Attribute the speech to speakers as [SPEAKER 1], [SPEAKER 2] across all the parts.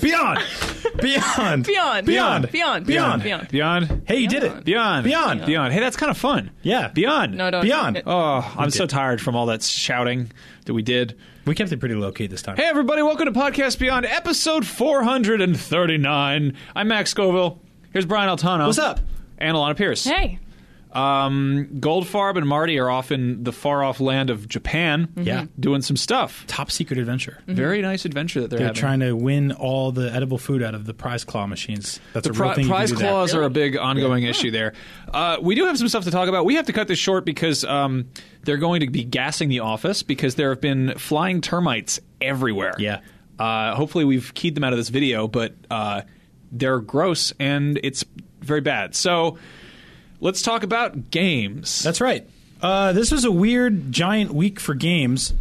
[SPEAKER 1] Beyond. Beyond.
[SPEAKER 2] Beyond, beyond,
[SPEAKER 1] Beyond. Beyond.
[SPEAKER 2] beyond, beyond.
[SPEAKER 3] Beyond.
[SPEAKER 1] Hey, you did it.
[SPEAKER 3] Beyond.
[SPEAKER 1] Beyond.
[SPEAKER 3] Beyond. Hey, that's kind of fun.
[SPEAKER 1] Yeah.
[SPEAKER 3] Beyond.
[SPEAKER 2] No, don't.
[SPEAKER 1] Beyond.
[SPEAKER 2] it-
[SPEAKER 3] Oh, I'm so
[SPEAKER 1] did.
[SPEAKER 3] tired from all that shouting that we did.
[SPEAKER 1] We kept it pretty low key this time.
[SPEAKER 3] Hey, everybody, welcome to Podcast Beyond, episode 439. I'm Max Scoville. Here's Brian Altano.
[SPEAKER 1] What's up?
[SPEAKER 3] And Alana Pierce.
[SPEAKER 2] Hey.
[SPEAKER 3] Um, Goldfarb and Marty are off in the far off land of Japan.
[SPEAKER 1] Yeah.
[SPEAKER 2] Mm-hmm.
[SPEAKER 3] Doing some stuff.
[SPEAKER 1] Top secret adventure.
[SPEAKER 3] Very nice adventure that they're,
[SPEAKER 1] They're
[SPEAKER 3] having.
[SPEAKER 1] trying to win all the edible food out of the prize claw machines. That's
[SPEAKER 3] the
[SPEAKER 1] a real
[SPEAKER 3] pri-
[SPEAKER 1] thing. you can
[SPEAKER 3] prize
[SPEAKER 1] do that.
[SPEAKER 3] claws are a big ongoing issue there. Uh, we do have some stuff to talk about. We have to cut this short because um, they're going to be gassing the office because there have been flying termites everywhere.
[SPEAKER 1] Yeah.
[SPEAKER 3] Uh, hopefully, we've keyed them out of this video, but uh, they're gross and it's very bad. So let's talk about games.
[SPEAKER 1] That's right. Uh, this was a weird giant week for games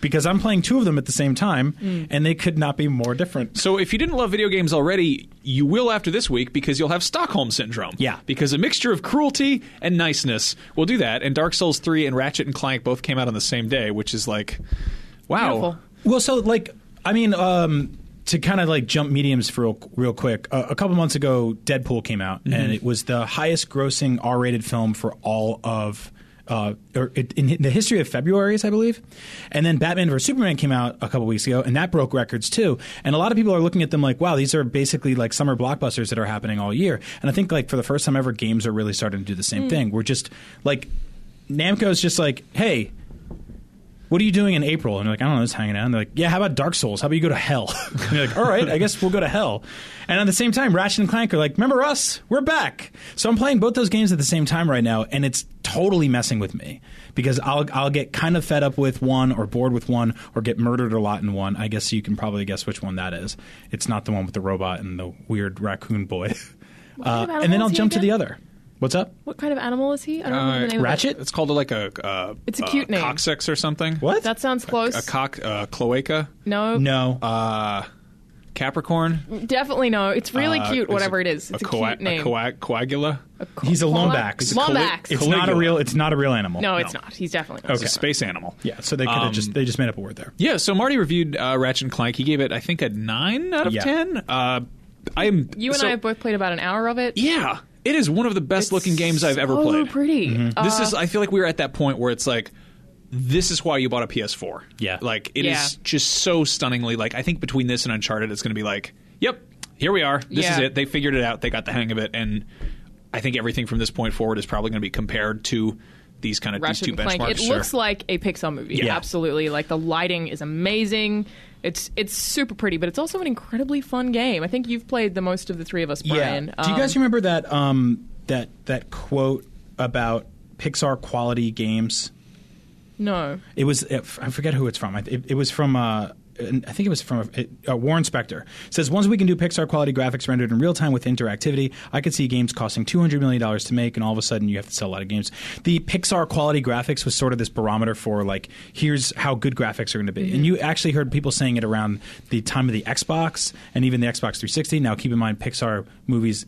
[SPEAKER 1] because I'm playing two of them at the same time,
[SPEAKER 3] Mm.
[SPEAKER 1] and they could not be more different.
[SPEAKER 3] So if you didn't love video games already, you will after this week because you'll have Stockholm syndrome.
[SPEAKER 1] Yeah.
[SPEAKER 3] Because a mixture of cruelty and niceness will do that. And Dark Souls 3 and Ratchet and Clank both came out on the same day, which is like wow.
[SPEAKER 2] Beautiful.
[SPEAKER 1] Well, so like, I mean, um, to kind of like jump mediums for real, real quick, uh, a couple months ago, Deadpool came out, and it was the highest grossing R rated film for all of. Uh, or it, in the history of Februarys, I believe, and then Batman vs Superman came out a couple weeks ago, and that broke records too. And a lot of people are looking at them like, "Wow, these are basically like summer blockbusters that are happening all year." And I think like for the first time ever, games are really starting to do the same thing. We're just like Namco's just like, "Hey, what are you doing in April? And they're like, I don't know, just hanging out. And they're like, yeah, how about Dark Souls? How about you go to hell? and you're like, all right, I guess we'll go to hell. And at the same time, Ratchet and Clank are like, remember us? We're back. So I'm playing both those games at the same time right now, and it's totally messing with me because I'll I'll get kind of fed up with one or bored with one or get murdered a lot in one. I guess you can probably guess which one that is. It's not the one with the robot and the weird raccoon boy. Uh,
[SPEAKER 4] kind of
[SPEAKER 1] and then
[SPEAKER 4] animal
[SPEAKER 1] I'll
[SPEAKER 4] is he
[SPEAKER 1] jump to the
[SPEAKER 4] again?
[SPEAKER 1] other. What's up?
[SPEAKER 4] What kind of animal is he? I don't remember the name
[SPEAKER 1] Ratchet?
[SPEAKER 3] It's called like a uh,
[SPEAKER 4] It's a
[SPEAKER 3] uh,
[SPEAKER 4] cute name.
[SPEAKER 3] Coccyx or something.
[SPEAKER 1] What?
[SPEAKER 4] of it. That sounds close.
[SPEAKER 3] A cock uh, cloaca,
[SPEAKER 4] no,
[SPEAKER 1] no.
[SPEAKER 3] uh, Capricorn,
[SPEAKER 4] definitely no. It's really
[SPEAKER 3] uh,
[SPEAKER 4] cute, whatever it is. It's a,
[SPEAKER 3] coa-
[SPEAKER 4] cute name.
[SPEAKER 3] A coa- coagula.
[SPEAKER 4] co-
[SPEAKER 1] He's a
[SPEAKER 4] coa-
[SPEAKER 1] lombax. He's a
[SPEAKER 3] cali-
[SPEAKER 4] Lombax.
[SPEAKER 1] it's not a real. It's not a real animal.
[SPEAKER 4] no, it's not. He's definitely not.
[SPEAKER 3] Oh, It's a space animal.
[SPEAKER 1] Yeah, so they could have
[SPEAKER 3] Um,
[SPEAKER 1] just they just made up a word there.
[SPEAKER 3] Yeah, so Marty reviewed uh, Ratchet and Clank. He gave it, I think, a nine out of
[SPEAKER 1] Yeah.
[SPEAKER 3] ten. Uh, I'm
[SPEAKER 4] You and
[SPEAKER 3] so-
[SPEAKER 4] I have both played about an hour of it.
[SPEAKER 3] Yeah, it is one of the best looking games I've ever
[SPEAKER 4] so
[SPEAKER 3] played.
[SPEAKER 4] pretty. Uh,
[SPEAKER 3] This is I feel like we were at that point where it's like this is why you bought a PS4.
[SPEAKER 1] Yeah.
[SPEAKER 3] Like it is
[SPEAKER 4] Yeah.
[SPEAKER 3] just so stunningly like I think between this and Uncharted it's going to be like, yep, here we are. This is
[SPEAKER 4] Yeah.
[SPEAKER 3] it. They figured it out. They got the hang of it and I think everything from this point forward is probably going to be compared to these kind of
[SPEAKER 4] Ratchet
[SPEAKER 3] these
[SPEAKER 4] and
[SPEAKER 3] two
[SPEAKER 4] Clank.
[SPEAKER 3] benchmarks.
[SPEAKER 4] It looks like a Pixar movie.
[SPEAKER 1] Yeah.
[SPEAKER 4] Absolutely. Like the lighting is amazing. It's it's super pretty, but it's also an incredibly fun game. I think you've played the most of the three of us, Brian.
[SPEAKER 1] Do you
[SPEAKER 4] Um,
[SPEAKER 1] guys remember that um that that quote about Pixar quality games?
[SPEAKER 4] No.
[SPEAKER 1] It was I forget who it's from. It, it was from uh, I think it was from uh, Warren Spector. It says once we can do Pixar quality graphics rendered in real time with interactivity, I could see games costing two hundred million dollars to make, and all of a sudden you have to sell a lot of games. The Pixar quality graphics was sort of this barometer for like here's how good graphics are going to be, and you actually heard people saying it around the time of the Xbox and even the Xbox 360. Now keep in mind Pixar movies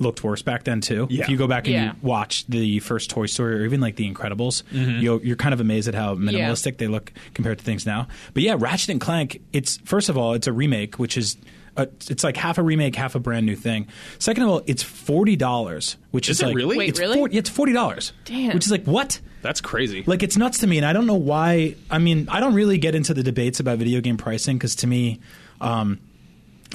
[SPEAKER 1] looked worse back then too.
[SPEAKER 3] Yeah.
[SPEAKER 1] If you go back and you
[SPEAKER 4] Yeah.
[SPEAKER 1] watch the first Toy Story or even like The Incredibles,
[SPEAKER 3] Mm-hmm.
[SPEAKER 1] you're, you're kind of amazed at how minimalistic they look compared to things now. But yeah, Ratchet and Clank. It's first of all, it's a remake, which is. A, it's like half a remake, half a brand new thing. Second of all, it's forty dollars, which is,
[SPEAKER 3] it
[SPEAKER 1] like
[SPEAKER 3] really? Wait,
[SPEAKER 1] it's
[SPEAKER 4] really?
[SPEAKER 1] 40 it's forty dollars,
[SPEAKER 4] Damn.
[SPEAKER 1] which is like what?
[SPEAKER 3] that's crazy.
[SPEAKER 1] Like it's nuts to me, and I don't know why. I mean, I don't really get into the debates about video game pricing because to me, um,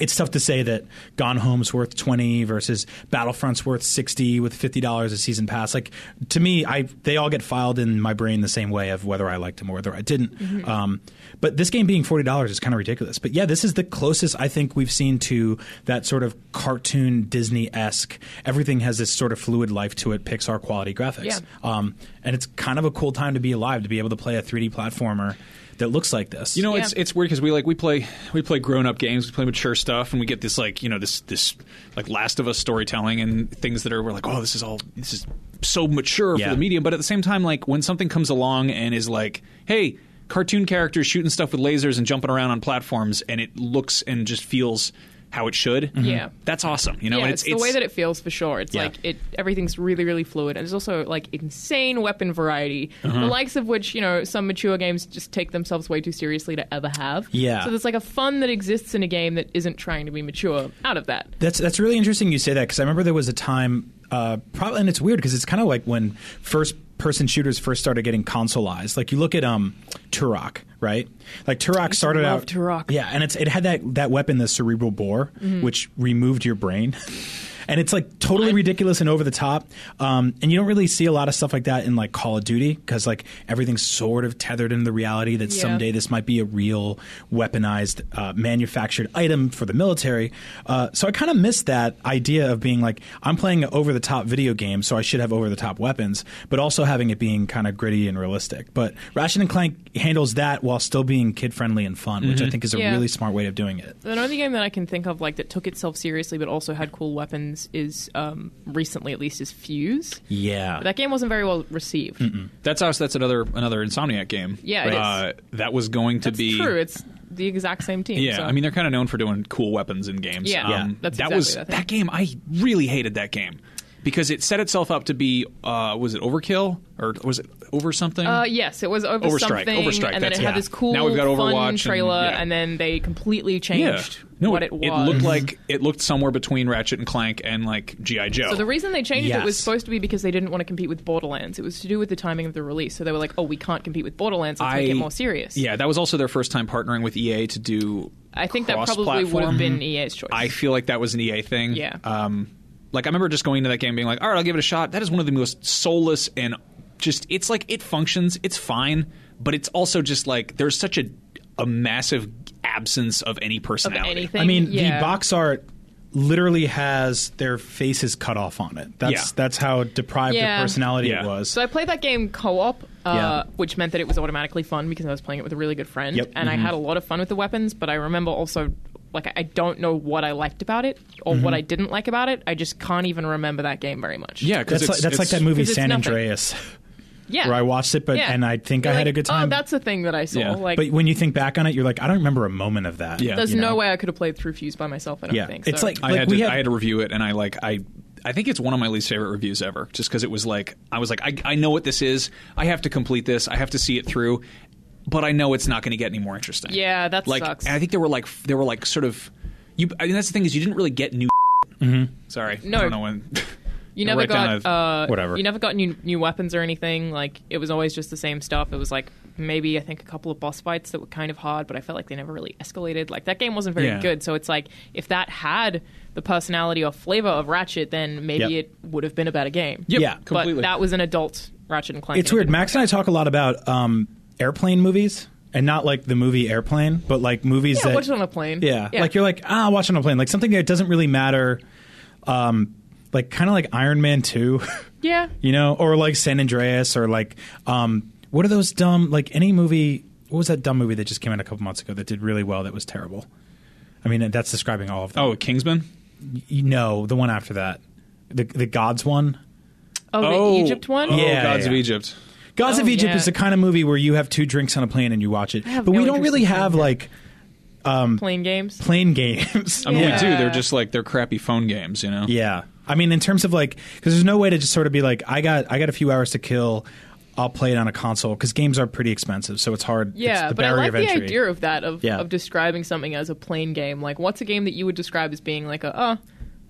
[SPEAKER 1] it's tough to say that Gone Home's worth twenty versus Battlefront's worth sixty with fifty dollars a season pass. Like to me, I they all get filed in my brain the same way of whether I liked them or whether I didn't. Um, but this game being forty dollars is kind of ridiculous. But yeah, this is the closest I think we've seen to that sort of cartoon Disney esque. Everything has this sort of fluid life to it, Pixar quality graphics.
[SPEAKER 4] Yeah.
[SPEAKER 1] Um, and it's kind of a cool time to be alive to be able to play a 3D platformer that looks like this.
[SPEAKER 3] You know,
[SPEAKER 4] Yeah.
[SPEAKER 3] it's it's weird because we like we play we play grown up games, we play mature stuff, and we get this like you know this this like Last of Us storytelling and things that are we're like, oh, this is all this is so mature
[SPEAKER 1] Yeah.
[SPEAKER 3] for the medium. But at the same time, like when something comes along and is like, hey, cartoon characters shooting stuff with lasers and jumping around on platforms, and it looks and just feels how it should.
[SPEAKER 4] Yeah.
[SPEAKER 3] that's awesome. You know,
[SPEAKER 4] yeah,
[SPEAKER 3] and
[SPEAKER 4] it's, the way that it feels for sure. It's
[SPEAKER 3] Yeah.
[SPEAKER 4] like it everything's really, really fluid, and there's also like insane weapon variety,
[SPEAKER 3] Uh-huh.
[SPEAKER 4] the likes of which you know some mature games just take themselves way too seriously to ever have.
[SPEAKER 1] Yeah.
[SPEAKER 4] So there's like a fun that exists in a game that isn't trying to be mature out of that.
[SPEAKER 1] That's that's really interesting you say that because I remember there was a time, uh, probably, and it's weird because it's kind of like when first person shooters first started getting consoleized. Like you look at um, Turok, right? Like Turok started
[SPEAKER 4] love
[SPEAKER 1] out
[SPEAKER 4] Turok. Mm-hmm.
[SPEAKER 1] yeah, and it's it had that that weapon, the cerebral bore, which removed your brain. And it's like totally ridiculous and over the top, um, and you don't really see a lot of stuff like that in like Call of Duty because like everything's sort of tethered into the reality that
[SPEAKER 4] Yeah.
[SPEAKER 1] someday this might be a real weaponized, uh, manufactured item for the military. Uh, so I kind of miss that idea of being like, I'm playing an over the top video game, so I should have over the top weapons, but also having it being kind of gritty and realistic. But Ratchet and Clank handles that while still being kid friendly and fun, which I think is a
[SPEAKER 4] Mm-hmm. Yeah.
[SPEAKER 1] really smart way of doing it.
[SPEAKER 4] The only game that I can think of like that took itself seriously but also had cool weapons is um, recently at least is Fuse.
[SPEAKER 1] Yeah.
[SPEAKER 4] But that game wasn't very well received.
[SPEAKER 3] That's us. That's another another Insomniac game.
[SPEAKER 4] Yeah, it
[SPEAKER 3] uh, that was going to
[SPEAKER 4] That's
[SPEAKER 3] be
[SPEAKER 4] true. It's the exact same team.
[SPEAKER 3] Yeah,
[SPEAKER 4] so-
[SPEAKER 3] I mean they're kind of known for doing cool weapons in games. Um,
[SPEAKER 4] Yeah,
[SPEAKER 1] Yeah.
[SPEAKER 4] that's
[SPEAKER 3] that
[SPEAKER 4] exactly
[SPEAKER 3] was
[SPEAKER 4] what I think.
[SPEAKER 3] that game. I really hated that game because it set itself up to be uh, was it Overkill or was it over something?
[SPEAKER 4] Uh, yes, it was over
[SPEAKER 3] Overstrike,
[SPEAKER 4] something,
[SPEAKER 3] Overstrike,
[SPEAKER 4] and then
[SPEAKER 3] that's
[SPEAKER 4] it
[SPEAKER 3] it.
[SPEAKER 4] had this cool,
[SPEAKER 3] Now we've got Overwatch
[SPEAKER 4] fun
[SPEAKER 3] and-
[SPEAKER 4] trailer, and,
[SPEAKER 3] yeah.
[SPEAKER 4] then they completely
[SPEAKER 3] yeah,
[SPEAKER 4] changed
[SPEAKER 3] no,
[SPEAKER 4] what
[SPEAKER 3] it,
[SPEAKER 4] it, was.
[SPEAKER 3] it looked like it looked somewhere between Ratchet and Clank and like GI Joe.
[SPEAKER 4] So the reason they changed it was
[SPEAKER 1] Yes.
[SPEAKER 4] supposed to be because they didn't want to compete with Borderlands. It was to do with the timing of the release. So they were like, "Oh, we can't compete with Borderlands. Let's make
[SPEAKER 3] I-
[SPEAKER 4] it more serious."
[SPEAKER 3] yeah, that was also their first time partnering with EA to do.
[SPEAKER 4] I think that probably would
[SPEAKER 3] cross-platform.
[SPEAKER 4] have been EA's choice.
[SPEAKER 3] I feel like that was an EA thing.
[SPEAKER 4] Yeah.
[SPEAKER 3] Um, like I remember just going to that game, being like, "All right, I'll give it a shot." That is one of the most soulless and just it's like it functions, it's fine, but it's also just like there's such a a massive absence of any personality.
[SPEAKER 4] anything.
[SPEAKER 1] I mean,
[SPEAKER 4] yeah.
[SPEAKER 1] the box art literally has their faces cut off on it. That's
[SPEAKER 3] Yeah.
[SPEAKER 1] that's how deprived
[SPEAKER 4] Yeah.
[SPEAKER 1] of personality
[SPEAKER 3] Yeah.
[SPEAKER 1] it was.
[SPEAKER 4] So I played that game co-op, uh,
[SPEAKER 1] Yeah.
[SPEAKER 4] which meant that it was automatically fun because I was playing it with a really good friend,
[SPEAKER 1] Yep. Mm-hmm.
[SPEAKER 4] and I had a lot of fun with the weapons. But I remember also, like, I- I don't know what I liked about it or
[SPEAKER 1] Mm-hmm.
[SPEAKER 4] what I didn't like about it. I just can't even remember that game very much.
[SPEAKER 3] Yeah, because
[SPEAKER 1] that's like,
[SPEAKER 3] it's,
[SPEAKER 1] that's like
[SPEAKER 3] it's-
[SPEAKER 1] that movie
[SPEAKER 4] 'cause it's
[SPEAKER 1] San
[SPEAKER 4] nothing.
[SPEAKER 1] Andreas
[SPEAKER 4] yeah.
[SPEAKER 1] where I watched it, but
[SPEAKER 4] Yeah.
[SPEAKER 1] and I think
[SPEAKER 4] You're
[SPEAKER 1] I had a
[SPEAKER 4] like,
[SPEAKER 1] good time.
[SPEAKER 4] Oh, that's the thing that I saw.
[SPEAKER 3] Yeah.
[SPEAKER 4] Like,
[SPEAKER 1] but when you think back on it, you're like, I don't remember a moment of that.
[SPEAKER 3] Yeah.
[SPEAKER 4] there's
[SPEAKER 1] you
[SPEAKER 4] no
[SPEAKER 1] know?
[SPEAKER 4] way I could have played through Fuse by myself. I don't
[SPEAKER 1] Yeah.
[SPEAKER 4] think.
[SPEAKER 1] It's
[SPEAKER 4] so.
[SPEAKER 1] like-
[SPEAKER 3] I had to
[SPEAKER 1] we have-
[SPEAKER 3] I had to review it, and I like I. I think it's one of my least favorite reviews ever, just because it was like I was like I, I know what this is. I have to complete this. I have to see it through, but I know it's not going to get any more interesting.
[SPEAKER 4] Yeah, that
[SPEAKER 3] like,
[SPEAKER 4] sucks.
[SPEAKER 3] And I think there were like f- there were like sort of you. I mean, that's the thing is you didn't really get new.
[SPEAKER 1] Mm-hmm.
[SPEAKER 3] Sorry,
[SPEAKER 4] No.
[SPEAKER 3] I don't know when.
[SPEAKER 4] you never
[SPEAKER 3] write down
[SPEAKER 4] got uh,
[SPEAKER 1] whatever.
[SPEAKER 4] You never got new new weapons or anything. Like it was always just the same stuff. It was like maybe I think a couple of boss fights that were kind of hard, but I felt like they never really escalated. Like that game wasn't very
[SPEAKER 3] Yeah.
[SPEAKER 4] good. So it's like if that had the personality or flavor of Ratchet, then maybe
[SPEAKER 1] Yep.
[SPEAKER 4] it would have been a better game.
[SPEAKER 3] Yep,
[SPEAKER 1] Yeah.
[SPEAKER 3] completely.
[SPEAKER 4] But that was an adult Ratchet and Clank.
[SPEAKER 1] It's
[SPEAKER 4] and it
[SPEAKER 1] weird.
[SPEAKER 4] didn't
[SPEAKER 1] Max and I talk a lot about um, airplane movies, and not like the movie Airplane, but like movies
[SPEAKER 4] Yeah,
[SPEAKER 1] that
[SPEAKER 4] watch it on a plane.
[SPEAKER 1] Yeah.
[SPEAKER 4] Yeah.
[SPEAKER 1] like you're like ah, watch it on a plane, like something that doesn't really matter, um, like kind of like Iron Man Two,
[SPEAKER 4] Yeah.
[SPEAKER 1] you know, or like San Andreas, or like um, what are those dumb like any movie? What was that dumb movie that just came out a couple months ago that did really well that was terrible? I mean, that's describing all of them.
[SPEAKER 3] oh, Kingsman.
[SPEAKER 1] you know, the one after that, the the Gods one.
[SPEAKER 4] Oh,
[SPEAKER 3] oh,
[SPEAKER 4] the Egypt one.
[SPEAKER 3] Oh,
[SPEAKER 1] Yeah,
[SPEAKER 3] Gods of
[SPEAKER 1] yeah.
[SPEAKER 3] Egypt.
[SPEAKER 1] Gods
[SPEAKER 4] Oh,
[SPEAKER 1] of Egypt
[SPEAKER 4] yeah.
[SPEAKER 1] is the kind of movie where you have two drinks on a plane and you watch it.
[SPEAKER 4] have
[SPEAKER 1] But we
[SPEAKER 4] no
[SPEAKER 1] don't
[SPEAKER 4] interest
[SPEAKER 1] really
[SPEAKER 4] in
[SPEAKER 1] have
[SPEAKER 4] playing
[SPEAKER 1] like
[SPEAKER 4] Plane games.
[SPEAKER 1] plane games.
[SPEAKER 3] I mean,
[SPEAKER 4] Yeah.
[SPEAKER 3] we do. They're just like they're crappy phone games, you know.
[SPEAKER 1] Yeah. I mean, in terms of like, because there's no way to just sort of be like, I got I got a few hours to kill. I'll play it on a console because games are pretty expensive, so it's hard.
[SPEAKER 4] Yeah,
[SPEAKER 1] it's the
[SPEAKER 4] but I
[SPEAKER 1] barrier
[SPEAKER 4] like
[SPEAKER 1] of
[SPEAKER 4] the
[SPEAKER 1] entry.
[SPEAKER 4] idea of that of,
[SPEAKER 1] Yeah.
[SPEAKER 4] of describing something as a plane game. Like, what's a game that you would describe as being like a uh,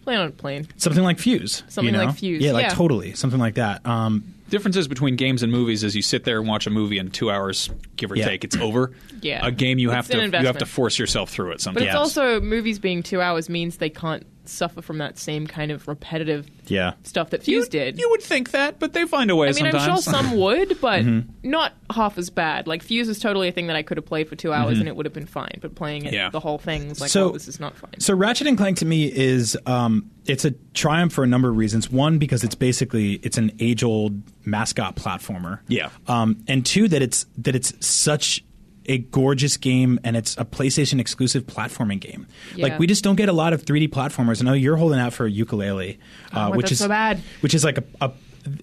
[SPEAKER 4] play on a plane?
[SPEAKER 1] Something like Fuse.
[SPEAKER 4] Something
[SPEAKER 1] you
[SPEAKER 4] like
[SPEAKER 1] know?
[SPEAKER 4] Fuse,
[SPEAKER 1] Yeah, like
[SPEAKER 4] yeah.
[SPEAKER 1] totally something like that. Um,
[SPEAKER 3] differences between games and movies is you sit there and watch a movie in two hours, give or
[SPEAKER 1] Yeah.
[SPEAKER 3] take, it's over.
[SPEAKER 4] Yeah.
[SPEAKER 3] A game you have
[SPEAKER 4] an
[SPEAKER 3] to you have
[SPEAKER 4] investment.
[SPEAKER 3] to force yourself through it
[SPEAKER 4] But
[SPEAKER 3] sometimes.
[SPEAKER 4] it's also movies being two hours means they can't suffer from that same kind of repetitive
[SPEAKER 1] yeah.
[SPEAKER 4] stuff that Fuse did.
[SPEAKER 3] You would think that, but they find a way
[SPEAKER 4] I mean,
[SPEAKER 3] sometimes.
[SPEAKER 4] I'm sure some would, but
[SPEAKER 1] Mm-hmm.
[SPEAKER 4] not half as bad. Like Fuse was totally a thing that I could have played for two hours and it would have been fine. But playing it,
[SPEAKER 3] Yeah.
[SPEAKER 4] the whole thing was like,
[SPEAKER 1] Mm-hmm. So-
[SPEAKER 4] well, this is not fine.
[SPEAKER 1] So Ratchet and Clank to me is um, it's a triumph for a number of reasons. One, because it's basically it's an age old mascot platformer.
[SPEAKER 3] Yeah.
[SPEAKER 1] Um, and two, that it's that it's such a gorgeous game and it's a PlayStation exclusive platforming game.
[SPEAKER 4] Yeah.
[SPEAKER 1] Like we just don't get a lot of 3D platformers. I know you're holding out for a ukulele, uh,
[SPEAKER 4] want
[SPEAKER 1] which
[SPEAKER 4] that
[SPEAKER 1] is
[SPEAKER 4] so bad.
[SPEAKER 1] which is like a. a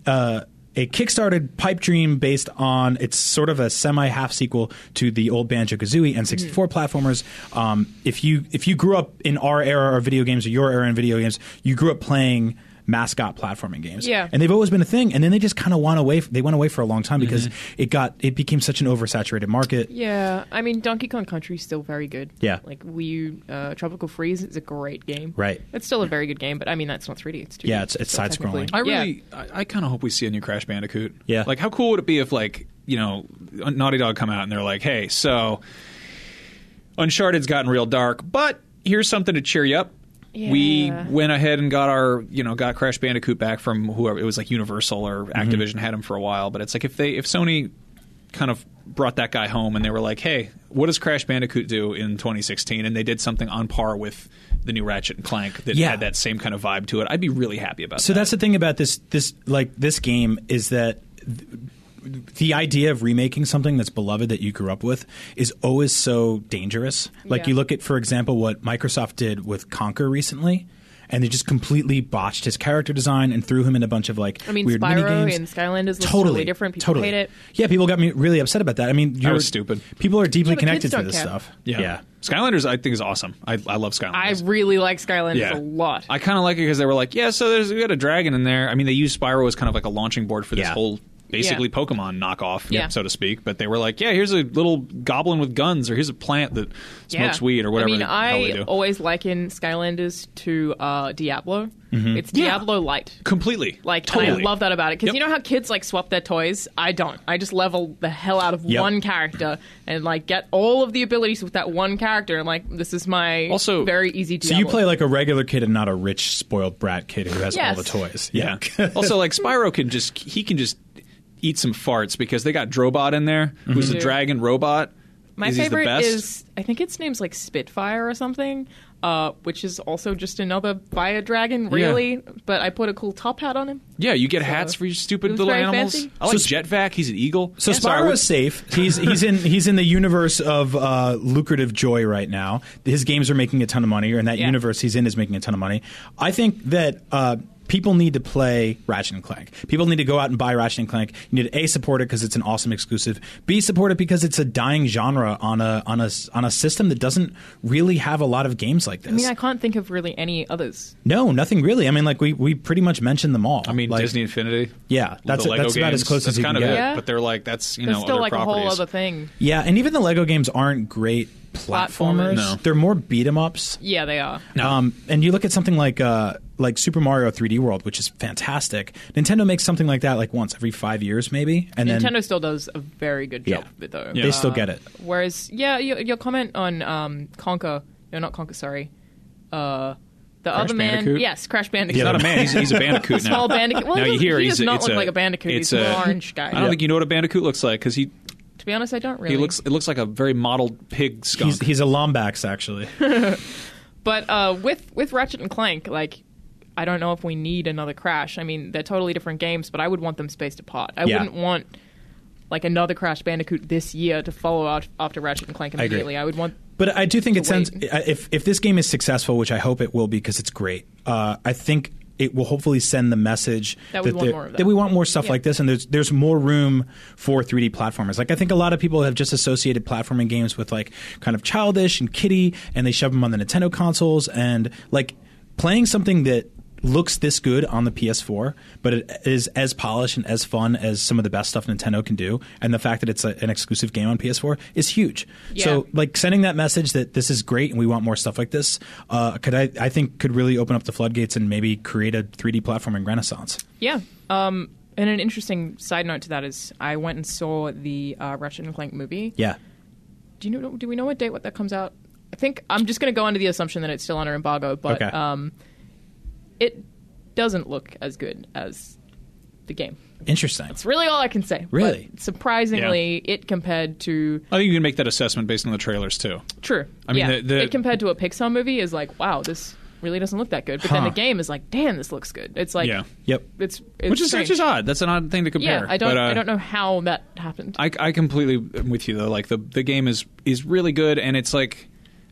[SPEAKER 1] uh, a kickstarted pipe dream based on it's sort of a semi half sequel to the old Banjo Kazooie N64 platformers. Um, if you if you grew up in our era of video games or your era in video games, you grew up playing mascot platforming games.
[SPEAKER 4] Yeah.
[SPEAKER 1] And they've always been a thing and then they just kind of went away they went away for a long time because it got it became such an oversaturated market.
[SPEAKER 4] Yeah, I mean Donkey Kong Country's still very good.
[SPEAKER 1] Yeah.
[SPEAKER 4] like we uh, Tropical Freeze is a great game.
[SPEAKER 1] Right.
[SPEAKER 4] it's still a very good game, but I mean that's not 3D. It's 2D.
[SPEAKER 1] Yeah, it's- it's
[SPEAKER 4] still
[SPEAKER 1] side-scrolling.
[SPEAKER 4] technically.
[SPEAKER 3] I
[SPEAKER 4] Yeah.
[SPEAKER 3] really, I, I kind of hope we see a new Crash Bandicoot.
[SPEAKER 1] Yeah.
[SPEAKER 3] Like, how cool would it be if, like, you know, Naughty Dog come out and they're like, hey, so Uncharted's gotten real dark, but here's something to cheer you up. We
[SPEAKER 4] Yeah.
[SPEAKER 3] went ahead and got our, you know, got Crash Bandicoot back from whoever it was, like Universal or
[SPEAKER 1] Mm-hmm.
[SPEAKER 3] Activision had him for a while. But it's like if they, if Sony kind of brought that guy home and they were like, hey, what does Crash Bandicoot do in 2016? And they did something on par with the new Ratchet and Clank that
[SPEAKER 1] Yeah.
[SPEAKER 3] had that same kind of vibe to it. I'd be really happy about
[SPEAKER 1] So
[SPEAKER 3] that.
[SPEAKER 1] that's the thing about this this like this game is that th- the idea of remaking something that's beloved that you grew up with is always so dangerous. Like
[SPEAKER 4] Yeah.
[SPEAKER 1] you look at for example what Microsoft did with Conquer recently and they just completely botched his character design and threw him in a bunch of like
[SPEAKER 4] I mean,
[SPEAKER 1] weird
[SPEAKER 4] Spyro
[SPEAKER 1] minigames.
[SPEAKER 4] and Skylanders look
[SPEAKER 1] totally
[SPEAKER 4] totally different. People
[SPEAKER 1] totally.
[SPEAKER 4] hate it.
[SPEAKER 1] Yeah, people got me really upset about that. I mean, you're
[SPEAKER 3] was stupid.
[SPEAKER 1] People are deeply
[SPEAKER 4] Yeah, but
[SPEAKER 1] connected
[SPEAKER 4] kids
[SPEAKER 1] to
[SPEAKER 4] don't
[SPEAKER 1] this
[SPEAKER 4] care.
[SPEAKER 1] stuff.
[SPEAKER 3] Skylanders, I think, is awesome. I, I love Skylanders.
[SPEAKER 4] I really like Skylanders
[SPEAKER 3] Yeah.
[SPEAKER 4] a lot.
[SPEAKER 3] I kind of like it because they were like, yeah, so there's we got a dragon in there. I mean, they used Spyro as kind of like a launching board for this
[SPEAKER 1] Yeah.
[SPEAKER 3] whole basically
[SPEAKER 4] Yeah.
[SPEAKER 3] Pokemon knockoff,
[SPEAKER 4] Yeah.
[SPEAKER 3] so to speak. But they were like, yeah, here's a little goblin with guns, or here's a plant that smokes weed, or whatever
[SPEAKER 4] I mean,
[SPEAKER 3] the hell they
[SPEAKER 4] I
[SPEAKER 3] do.
[SPEAKER 4] always liken Skylanders to uh, Diablo.
[SPEAKER 1] Mm-hmm.
[SPEAKER 4] It's
[SPEAKER 3] Yeah.
[SPEAKER 4] Diablo light.
[SPEAKER 3] Completely,
[SPEAKER 4] Like and
[SPEAKER 3] totally.
[SPEAKER 4] I love that about it because
[SPEAKER 3] Yep.
[SPEAKER 4] you know how kids like swap their toys. I don't. I just level the hell out of
[SPEAKER 1] Yep.
[SPEAKER 4] one character and like get all of the abilities with that one character. And like this is my
[SPEAKER 3] Also-
[SPEAKER 4] very easy.
[SPEAKER 1] So
[SPEAKER 4] Diablo.
[SPEAKER 1] you play like a regular kid and not a rich spoiled brat kid who has all
[SPEAKER 4] Yes.
[SPEAKER 1] the toys.
[SPEAKER 3] Yeah. also, like Spyro can just he can just eat some farts because they got Drobot in there, who's a
[SPEAKER 4] Dude.
[SPEAKER 3] dragon robot.
[SPEAKER 4] Mhm. My
[SPEAKER 3] Is he's
[SPEAKER 4] favorite
[SPEAKER 3] the best.
[SPEAKER 4] is I think its name's like Spitfire or something, uh, which is also just another fire dragon, really. But I put a cool top hat on him.
[SPEAKER 3] yeah, you get hats for your
[SPEAKER 4] it
[SPEAKER 3] stupid
[SPEAKER 4] was
[SPEAKER 3] little
[SPEAKER 4] very
[SPEAKER 3] animals.
[SPEAKER 4] fancy.
[SPEAKER 3] I like
[SPEAKER 1] So
[SPEAKER 3] Jetvac. He's an eagle.
[SPEAKER 1] So
[SPEAKER 3] Yeah, sorry,
[SPEAKER 1] Spyro
[SPEAKER 3] what-
[SPEAKER 1] is safe. He's he's in he's in the universe of uh, lucrative joy right now. His games are making a ton of money, or in that
[SPEAKER 4] Yeah.
[SPEAKER 1] universe he's in is making a ton of money. I think that. Uh, People need to play Ratchet and Clank. People need to go out and buy Ratchet and Clank. You need to a support it because it's an awesome exclusive. B support it because it's a dying genre on a on a on a system that doesn't really have a lot of games like this.
[SPEAKER 4] I mean, I can't think of really any others.
[SPEAKER 1] no, nothing really. I mean, like we, we pretty much mentioned them all.
[SPEAKER 3] I mean,
[SPEAKER 1] like,
[SPEAKER 3] Disney Infinity.
[SPEAKER 1] Yeah, that's
[SPEAKER 3] the
[SPEAKER 1] it-
[SPEAKER 3] Lego
[SPEAKER 1] that's about as
[SPEAKER 3] games,
[SPEAKER 1] close
[SPEAKER 3] that's
[SPEAKER 1] as you
[SPEAKER 3] kind
[SPEAKER 1] can
[SPEAKER 3] of
[SPEAKER 1] get.
[SPEAKER 3] it.
[SPEAKER 4] Yeah.
[SPEAKER 3] But they're like that's you
[SPEAKER 4] There's
[SPEAKER 3] know
[SPEAKER 4] still
[SPEAKER 3] other
[SPEAKER 4] like
[SPEAKER 3] properties.
[SPEAKER 4] a whole other thing.
[SPEAKER 1] Yeah, and even the Lego games aren't great platformers.
[SPEAKER 4] Platformers.
[SPEAKER 3] No.
[SPEAKER 1] They're more beat 'em ups.
[SPEAKER 4] Yeah, they are.
[SPEAKER 1] Um, and you look at something like uh, like Super Mario 3D World, which is fantastic. Nintendo makes something like that like once every five years, maybe. And then
[SPEAKER 4] Nintendo still does a very good job
[SPEAKER 1] Yeah.
[SPEAKER 4] of it, though.
[SPEAKER 1] they still get it.
[SPEAKER 4] Whereas, yeah, your, your comment on um, Conker, no, not Conker, sorry, uh, the
[SPEAKER 3] Crash
[SPEAKER 4] other man,
[SPEAKER 3] Bandicoot?
[SPEAKER 4] yes, Crash Bandicoot.
[SPEAKER 3] He's not a man. He's, he's a bandicoot now.
[SPEAKER 4] Small bandicoot. Well,
[SPEAKER 3] now
[SPEAKER 4] he
[SPEAKER 3] you
[SPEAKER 4] does-
[SPEAKER 3] hear
[SPEAKER 4] he
[SPEAKER 3] he's
[SPEAKER 4] does not
[SPEAKER 3] it's
[SPEAKER 4] look
[SPEAKER 3] a,
[SPEAKER 4] like a bandicoot.
[SPEAKER 3] It's
[SPEAKER 4] He's
[SPEAKER 3] a,
[SPEAKER 4] an orange guy.
[SPEAKER 3] I don't
[SPEAKER 4] Yeah.
[SPEAKER 3] think you know what a bandicoot looks like because he
[SPEAKER 4] To be honest, I don't really.
[SPEAKER 3] he looks it looks like a very mottled pig skunk.
[SPEAKER 1] He's, he's a Lombax, actually.
[SPEAKER 4] But uh, with with Ratchet and Clank, like I don't know if we need another Crash. I mean, they're totally different games, but I would want them spaced apart. I
[SPEAKER 1] Yeah.
[SPEAKER 4] wouldn't want like another Crash Bandicoot this year to follow out after Ratchet and Clank
[SPEAKER 1] agree.
[SPEAKER 4] immediately. I, would want.
[SPEAKER 1] But I do think it
[SPEAKER 4] To
[SPEAKER 1] sounds
[SPEAKER 4] wait.
[SPEAKER 1] if if this game is successful, which I hope it will be because it's great. Uh, I think it will hopefully send the message
[SPEAKER 4] That we want
[SPEAKER 1] there-
[SPEAKER 4] more of that.
[SPEAKER 1] we want more stuff
[SPEAKER 4] Yeah.
[SPEAKER 1] like this, and there's there's more room for 3D platformers. Like I think a lot of people have just associated platforming games with like kind of childish and kiddie, and they shove them on the Nintendo consoles, and like playing something that looks this good on the PS4 but it is as polished and as fun as some of the best stuff Nintendo can do and the fact that it's a, an exclusive game on PS4 is huge.
[SPEAKER 4] Yeah.
[SPEAKER 1] So like sending that message that this is great and we want more stuff like this uh, could I, I think could really open up the floodgates and maybe create a 3d platforming renaissance
[SPEAKER 4] Yeah. Um. And an interesting side note to that is, I went and saw the uh, Ratchet and Clank movie.
[SPEAKER 1] yeah
[SPEAKER 4] Do you know? Do we know what date what that comes out? I think I'm just going to go under the assumption that it's still under embargo, but
[SPEAKER 1] Okay.
[SPEAKER 4] um, it doesn't look as good as the game.
[SPEAKER 1] interesting
[SPEAKER 4] It's really all I can say.
[SPEAKER 1] Really?
[SPEAKER 4] But surprisingly, it compared to
[SPEAKER 3] I think you can make that assessment based on the trailers too.
[SPEAKER 4] true.
[SPEAKER 3] I mean,
[SPEAKER 4] yeah,
[SPEAKER 3] the- the-
[SPEAKER 4] it compared to a Pixar movie is like, wow, this really doesn't look that good. But then
[SPEAKER 1] Huh.
[SPEAKER 4] the game is like, damn, this looks good. It's like,
[SPEAKER 3] Yeah.
[SPEAKER 1] yep
[SPEAKER 4] it's, it's
[SPEAKER 3] which is
[SPEAKER 4] strange.
[SPEAKER 3] which is odd. That's an odd thing to compare.
[SPEAKER 4] yeah. I don't
[SPEAKER 3] But, uh,
[SPEAKER 4] I don't know how that happened.
[SPEAKER 3] I, I completely am with you though. Like the the game is is really good, and it's like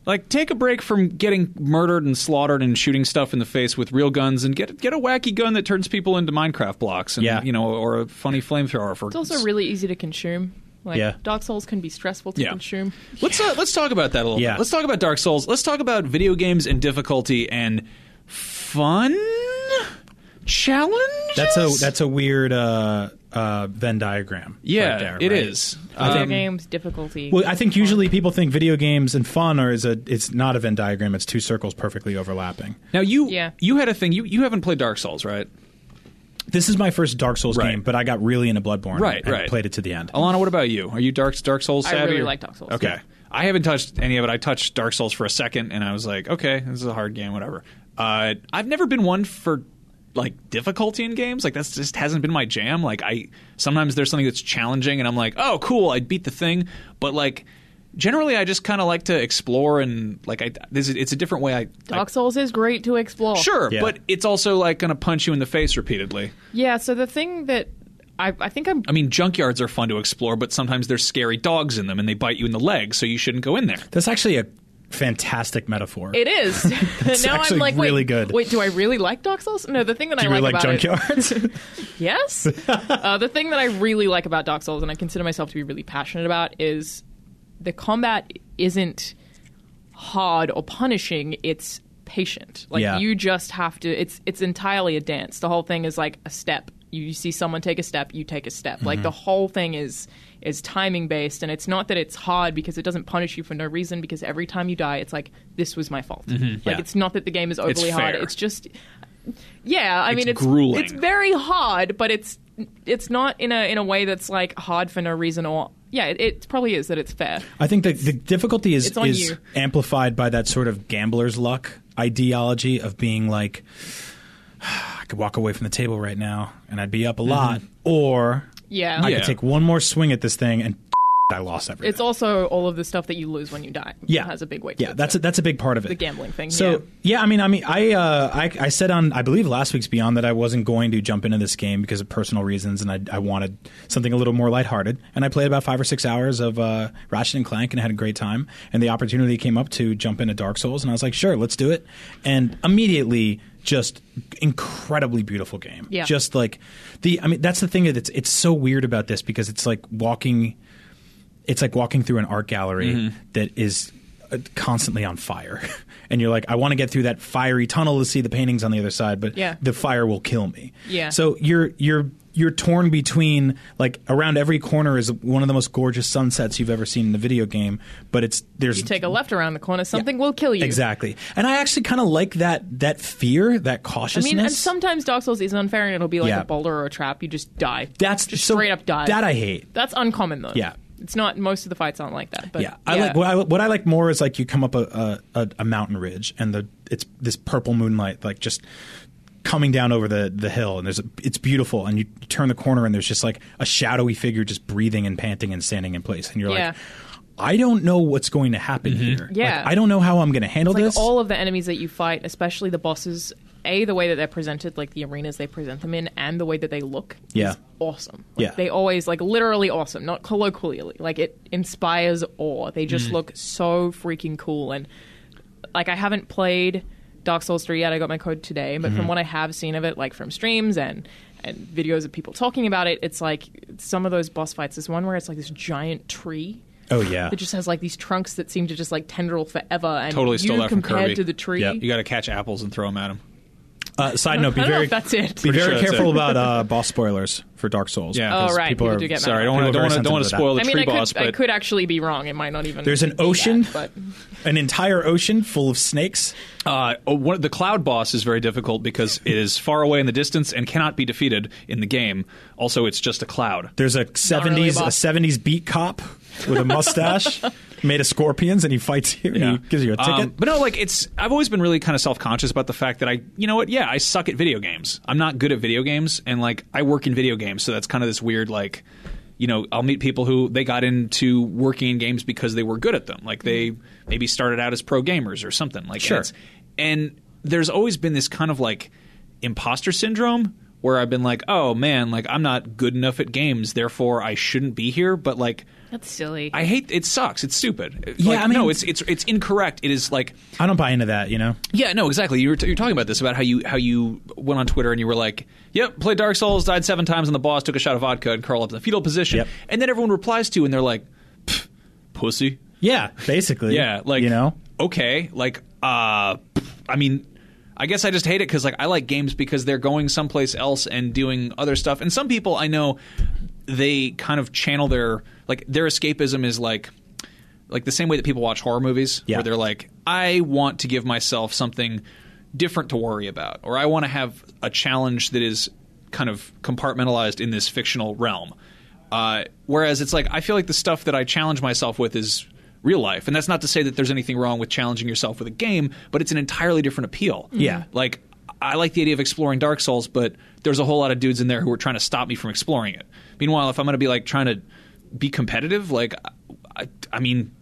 [SPEAKER 3] Like, take a break from getting murdered and slaughtered and shooting stuff in the face with real guns, and get get a wacky gun that turns people into Minecraft blocks, and
[SPEAKER 1] Yeah.
[SPEAKER 3] you know, or a funny flamethrower. For
[SPEAKER 4] It's also really easy to consume. Like
[SPEAKER 1] Yeah.
[SPEAKER 4] Dark Souls can be stressful to
[SPEAKER 3] Yeah.
[SPEAKER 4] consume.
[SPEAKER 3] Let's uh, let's talk about that a little.
[SPEAKER 1] Yeah.
[SPEAKER 3] bit. Let's talk about Dark Souls. Let's talk about video games and difficulty and fun challenge.
[SPEAKER 1] That's a that's a weird uh, uh, Venn diagram.
[SPEAKER 3] yeah,
[SPEAKER 1] right there, right?
[SPEAKER 3] it is.
[SPEAKER 4] Video
[SPEAKER 3] Um,
[SPEAKER 4] games difficulty.
[SPEAKER 1] Well, I think usually people think video games and fun are is a it's not a Venn diagram. It's two circles perfectly overlapping.
[SPEAKER 3] now you
[SPEAKER 4] Yeah.
[SPEAKER 3] you had a thing. You you haven't played Dark Souls, right?
[SPEAKER 1] This is my first Dark Souls
[SPEAKER 3] Right.
[SPEAKER 1] game, but I got really into Bloodborne.
[SPEAKER 3] Right,
[SPEAKER 1] and
[SPEAKER 3] right.
[SPEAKER 1] Played it to the end.
[SPEAKER 3] Alana, what about you? Are you Dark Dark Souls
[SPEAKER 4] I
[SPEAKER 3] savvy?
[SPEAKER 4] really
[SPEAKER 3] or-
[SPEAKER 4] like Dark Souls.
[SPEAKER 3] Okay.
[SPEAKER 4] Yeah.
[SPEAKER 3] I haven't touched any of it. I touched Dark Souls for a second and I was like, okay, this is a hard game, whatever. Uh, I've never been one for like difficulty in games. Like that's just hasn't been my jam. Like I sometimes there's something that's challenging and I'm like, "Oh, cool, I beat the thing." But like generally I just kind of like to explore and like I this is, it's a different way I I-
[SPEAKER 4] Dark Souls is great to explore.
[SPEAKER 3] Sure,
[SPEAKER 1] Yeah.
[SPEAKER 3] but it's also like going to punch you in the face repeatedly.
[SPEAKER 4] Yeah. So the thing that I, I think I'm
[SPEAKER 3] I mean, junkyards are fun to explore, but sometimes there's scary dogs in them and they bite you in the leg, so you shouldn't go in there.
[SPEAKER 1] That's actually a fantastic metaphor.
[SPEAKER 4] It is. now I'm
[SPEAKER 1] actually
[SPEAKER 4] like, wait,
[SPEAKER 1] really good.
[SPEAKER 4] Wait, do I really like Dark Souls? No, the thing that
[SPEAKER 1] Do
[SPEAKER 4] I
[SPEAKER 1] you really
[SPEAKER 4] like,
[SPEAKER 1] like
[SPEAKER 4] about it,
[SPEAKER 1] junkyards?
[SPEAKER 4] yes, uh, the thing that I really like about Dark Souls, and I consider myself to be really passionate about, is the combat isn't hard or punishing. It's patient. Like
[SPEAKER 1] Yeah.
[SPEAKER 4] you just have to. It's it's entirely a dance. The whole thing is like a step. You, you see someone take a step, you take a step. Like the whole thing is is timing based, and it's not that it's hard because it doesn't punish you for no reason. Because every time you die, it's like this was my fault. Like
[SPEAKER 1] Yeah.
[SPEAKER 4] it's not that the game is overly hard.
[SPEAKER 3] fair.
[SPEAKER 4] It's just yeah. I mean, it's
[SPEAKER 3] grueling.
[SPEAKER 4] It's very hard, but it's it's not in a in a way that's like hard for no reason or yeah. It, it probably is that it's fair.
[SPEAKER 1] I think the, the difficulty is,
[SPEAKER 4] It's on
[SPEAKER 1] is
[SPEAKER 4] you.
[SPEAKER 1] amplified by that sort of gambler's luck ideology of being like, I could walk away from the table right now and I'd be up a lot, or
[SPEAKER 4] Yeah.
[SPEAKER 1] I
[SPEAKER 3] Yeah.
[SPEAKER 1] could take one more swing at this thing and I lost everything.
[SPEAKER 4] It's also all of the stuff that you lose when you die.
[SPEAKER 1] yeah,
[SPEAKER 4] has a big weight. to
[SPEAKER 1] Yeah,
[SPEAKER 4] it,
[SPEAKER 1] that's
[SPEAKER 4] so
[SPEAKER 1] a, that's a big part of it.
[SPEAKER 4] the gambling thing.
[SPEAKER 1] So
[SPEAKER 4] yeah.
[SPEAKER 1] yeah. I mean, I mean, I, uh, I I said on I believe last week's Beyond that I wasn't going to jump into this game because of personal reasons, and I, I wanted something a little more lighthearted. And I played about five or six hours of uh, Ratchet and Clank and had a great time. And the opportunity came up to jump into Dark Souls, and I was like, sure, let's do it. And immediately, just incredibly beautiful game.
[SPEAKER 4] Yeah.
[SPEAKER 1] Just like the I mean, that's the thing that it's it's so weird about this because it's like walking it's like walking through an art gallery
[SPEAKER 4] Mm-hmm.
[SPEAKER 1] that is uh, constantly on fire and you're like i want to get through that fiery tunnel to see the paintings on the other side but
[SPEAKER 4] Yeah.
[SPEAKER 1] the fire will kill me
[SPEAKER 4] Yeah.
[SPEAKER 1] so you're you're you're torn between like around every corner is one of the most gorgeous sunsets you've ever seen in a video game but it's there's
[SPEAKER 4] you take a left around the corner, something will kill you.
[SPEAKER 1] exactly and i actually kind of like that that fear that
[SPEAKER 4] I
[SPEAKER 1] cautiousness
[SPEAKER 4] mean, and sometimes Dark Souls is unfair, and it'll be like
[SPEAKER 1] Yeah.
[SPEAKER 4] a boulder or a trap. You just die.
[SPEAKER 1] that's
[SPEAKER 4] just
[SPEAKER 1] so
[SPEAKER 4] straight up die.
[SPEAKER 1] that i hate
[SPEAKER 4] That's uncommon though.
[SPEAKER 1] Yeah.
[SPEAKER 4] It's not. Most of the fights aren't like that. But
[SPEAKER 1] yeah, I like what I, what I like more is like you come up a, a, a, a mountain ridge and the it's this purple moonlight like just coming down over the, the hill and there's a, it's beautiful and you turn the corner and there's just like a shadowy figure just breathing and panting and standing in place and you're
[SPEAKER 4] Yeah. Mm-hmm.
[SPEAKER 1] like I don't know what's going to happen here.
[SPEAKER 4] Yeah.
[SPEAKER 1] Like, I don't know how I'm going to handle
[SPEAKER 4] Like
[SPEAKER 1] this.
[SPEAKER 4] all of the enemies that you fight, especially the bosses, a the way that they're presented, like the arenas they present them in, and the way that they look,
[SPEAKER 1] Yeah.
[SPEAKER 4] is awesome. Like,
[SPEAKER 1] Yeah.
[SPEAKER 4] they always like literally awesome, not colloquially. Like it inspires awe. They
[SPEAKER 1] Mm.
[SPEAKER 4] just look so freaking cool. And like I haven't played Dark Souls three yet. I got my code today, but
[SPEAKER 1] Mm-hmm.
[SPEAKER 4] from what I have seen of it, like from streams and and videos of people talking about it, it's like some of those boss fights. There's one where it's like this giant tree
[SPEAKER 1] oh yeah.
[SPEAKER 4] it just has like these trunks that seem to just like tendril forever. And
[SPEAKER 3] Totally stole
[SPEAKER 4] you
[SPEAKER 3] that from
[SPEAKER 4] compared
[SPEAKER 3] Kirby.
[SPEAKER 4] to the tree.
[SPEAKER 1] Yep.
[SPEAKER 3] You got to catch apples and throw them at them.
[SPEAKER 1] Uh, side note:
[SPEAKER 4] I
[SPEAKER 1] be
[SPEAKER 4] don't know
[SPEAKER 1] very
[SPEAKER 4] if that's it.
[SPEAKER 1] be
[SPEAKER 3] Pretty
[SPEAKER 1] very
[SPEAKER 3] sure that's
[SPEAKER 1] careful
[SPEAKER 3] it.
[SPEAKER 1] about uh, boss spoilers for Dark Souls.
[SPEAKER 3] Yeah.
[SPEAKER 4] oh
[SPEAKER 1] 'cause
[SPEAKER 4] right, people,
[SPEAKER 1] people, are,
[SPEAKER 4] do get mad.
[SPEAKER 3] Sorry, I don't
[SPEAKER 4] about
[SPEAKER 1] People
[SPEAKER 3] want to
[SPEAKER 1] are very
[SPEAKER 3] don't want to don't want
[SPEAKER 1] sensitive
[SPEAKER 3] to
[SPEAKER 1] to
[SPEAKER 3] spoil
[SPEAKER 4] that.
[SPEAKER 3] the
[SPEAKER 4] I
[SPEAKER 3] tree
[SPEAKER 4] mean, I could,
[SPEAKER 3] boss,
[SPEAKER 4] I
[SPEAKER 3] but
[SPEAKER 4] could actually be wrong. It might not even.
[SPEAKER 1] There's an
[SPEAKER 4] be that,
[SPEAKER 1] ocean,
[SPEAKER 4] but
[SPEAKER 1] an entire ocean full of snakes.
[SPEAKER 3] uh, oh, one, the cloud boss is very difficult because it is far away in the distance and cannot be defeated in the game. Also, it's just a cloud.
[SPEAKER 1] There's a
[SPEAKER 4] really a
[SPEAKER 1] seventies a
[SPEAKER 4] boss.
[SPEAKER 1] seventies beat cop with a mustache made of scorpions, and he fights you. And he gives you a ticket.
[SPEAKER 3] Um, but no, like it's. I've always been really kind of self conscious about the fact that I, you know what? Yeah, I suck at video games. I'm not good at video games, and like I work in video games, so that's kind of this weird like. You know, I'll meet people who they got into working in games because they were good at them. Like they maybe started out as pro gamers or something. Like and
[SPEAKER 1] Sure.
[SPEAKER 3] it's- and there's always been this kind of like imposter syndrome where I've been like, oh man, like I'm not good enough at games, therefore I shouldn't be here. But like
[SPEAKER 4] That's silly.
[SPEAKER 3] I hate it. Sucks. It's stupid.
[SPEAKER 1] Yeah,
[SPEAKER 3] Like,
[SPEAKER 1] I mean-
[SPEAKER 3] no, it's it's it's incorrect. It is like
[SPEAKER 1] I don't buy into that, you know.
[SPEAKER 3] Yeah, no, exactly. You were, t- you were talking about this about how you how you went on Twitter and you were like, "Yep, played Dark Souls, died seven times on the boss, took a shot of vodka, and curled up in the fetal position."
[SPEAKER 1] Yep.
[SPEAKER 3] And then everyone replies to you and they're like, "Pff, "Pussy."
[SPEAKER 1] Yeah, basically.
[SPEAKER 3] Yeah, like
[SPEAKER 1] you know.
[SPEAKER 3] okay, like uh, I mean, I guess I just hate it because like I like games because they're going someplace else and doing other stuff. And some people I know they kind of channel their like their escapism is like like the same way that people watch horror movies
[SPEAKER 1] Yeah.
[SPEAKER 3] where they're like I want to give myself something different to worry about or I want to have a challenge that is kind of compartmentalized in this fictional realm. Uh, whereas it's like I feel like the stuff that I challenge myself with is real life, and that's not to say that there's anything wrong with challenging yourself with a game, but it's an entirely different appeal.
[SPEAKER 1] Mm-hmm. Yeah.
[SPEAKER 3] like I like the idea of exploring Dark Souls, but there's a whole lot of dudes in there who are trying to stop me from exploring it. Meanwhile, if I'm going to be like trying to be competitive, like I, I- I mean.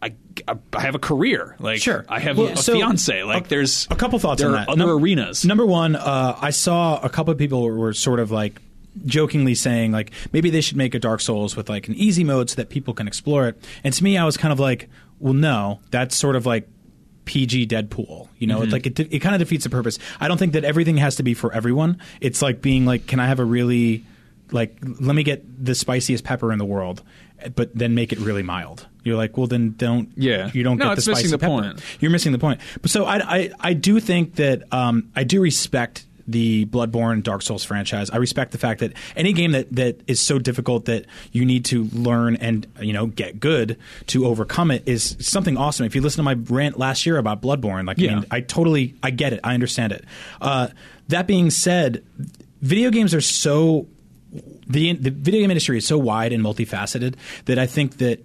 [SPEAKER 3] I, I- I have a career, like
[SPEAKER 1] Sure.
[SPEAKER 3] I have
[SPEAKER 1] Well,
[SPEAKER 3] a
[SPEAKER 1] so,
[SPEAKER 3] fiance. Like
[SPEAKER 1] a-
[SPEAKER 3] there's
[SPEAKER 1] a couple thoughts
[SPEAKER 3] there
[SPEAKER 1] on
[SPEAKER 3] are
[SPEAKER 1] that.
[SPEAKER 3] Other
[SPEAKER 1] Num-
[SPEAKER 3] arenas.
[SPEAKER 1] Number one, uh, I saw a couple of people were sort of like jokingly saying like maybe they should make a Dark Souls with like an easy mode so that people can explore it. And to me, I was kind of like, well, no, that's sort of like PG Deadpool. You know,
[SPEAKER 3] Mm-hmm.
[SPEAKER 1] it's like it, it kind of defeats the purpose. I don't think that everything has to be for everyone. It's like being like, can I have a really like let me get the spiciest pepper in the world, but then make it really mild. You're like, well, then don't.
[SPEAKER 3] Yeah.
[SPEAKER 1] you don't
[SPEAKER 3] No,
[SPEAKER 1] get
[SPEAKER 3] it's
[SPEAKER 1] the
[SPEAKER 3] missing
[SPEAKER 1] spicy
[SPEAKER 3] the
[SPEAKER 1] pepper.
[SPEAKER 3] point.
[SPEAKER 1] You're missing the point. But so I, I, I do think that um, I do respect the Bloodborne Dark Souls franchise. I respect the fact that any game that, that is so difficult that you need to learn and you know get good to overcome it is something awesome. If you listen to my rant last year about Bloodborne, like I
[SPEAKER 3] Yeah.
[SPEAKER 1] mean, I totally I get it. I understand it. Uh, that being said, video games are so the the video game industry is so wide and multifaceted that I think that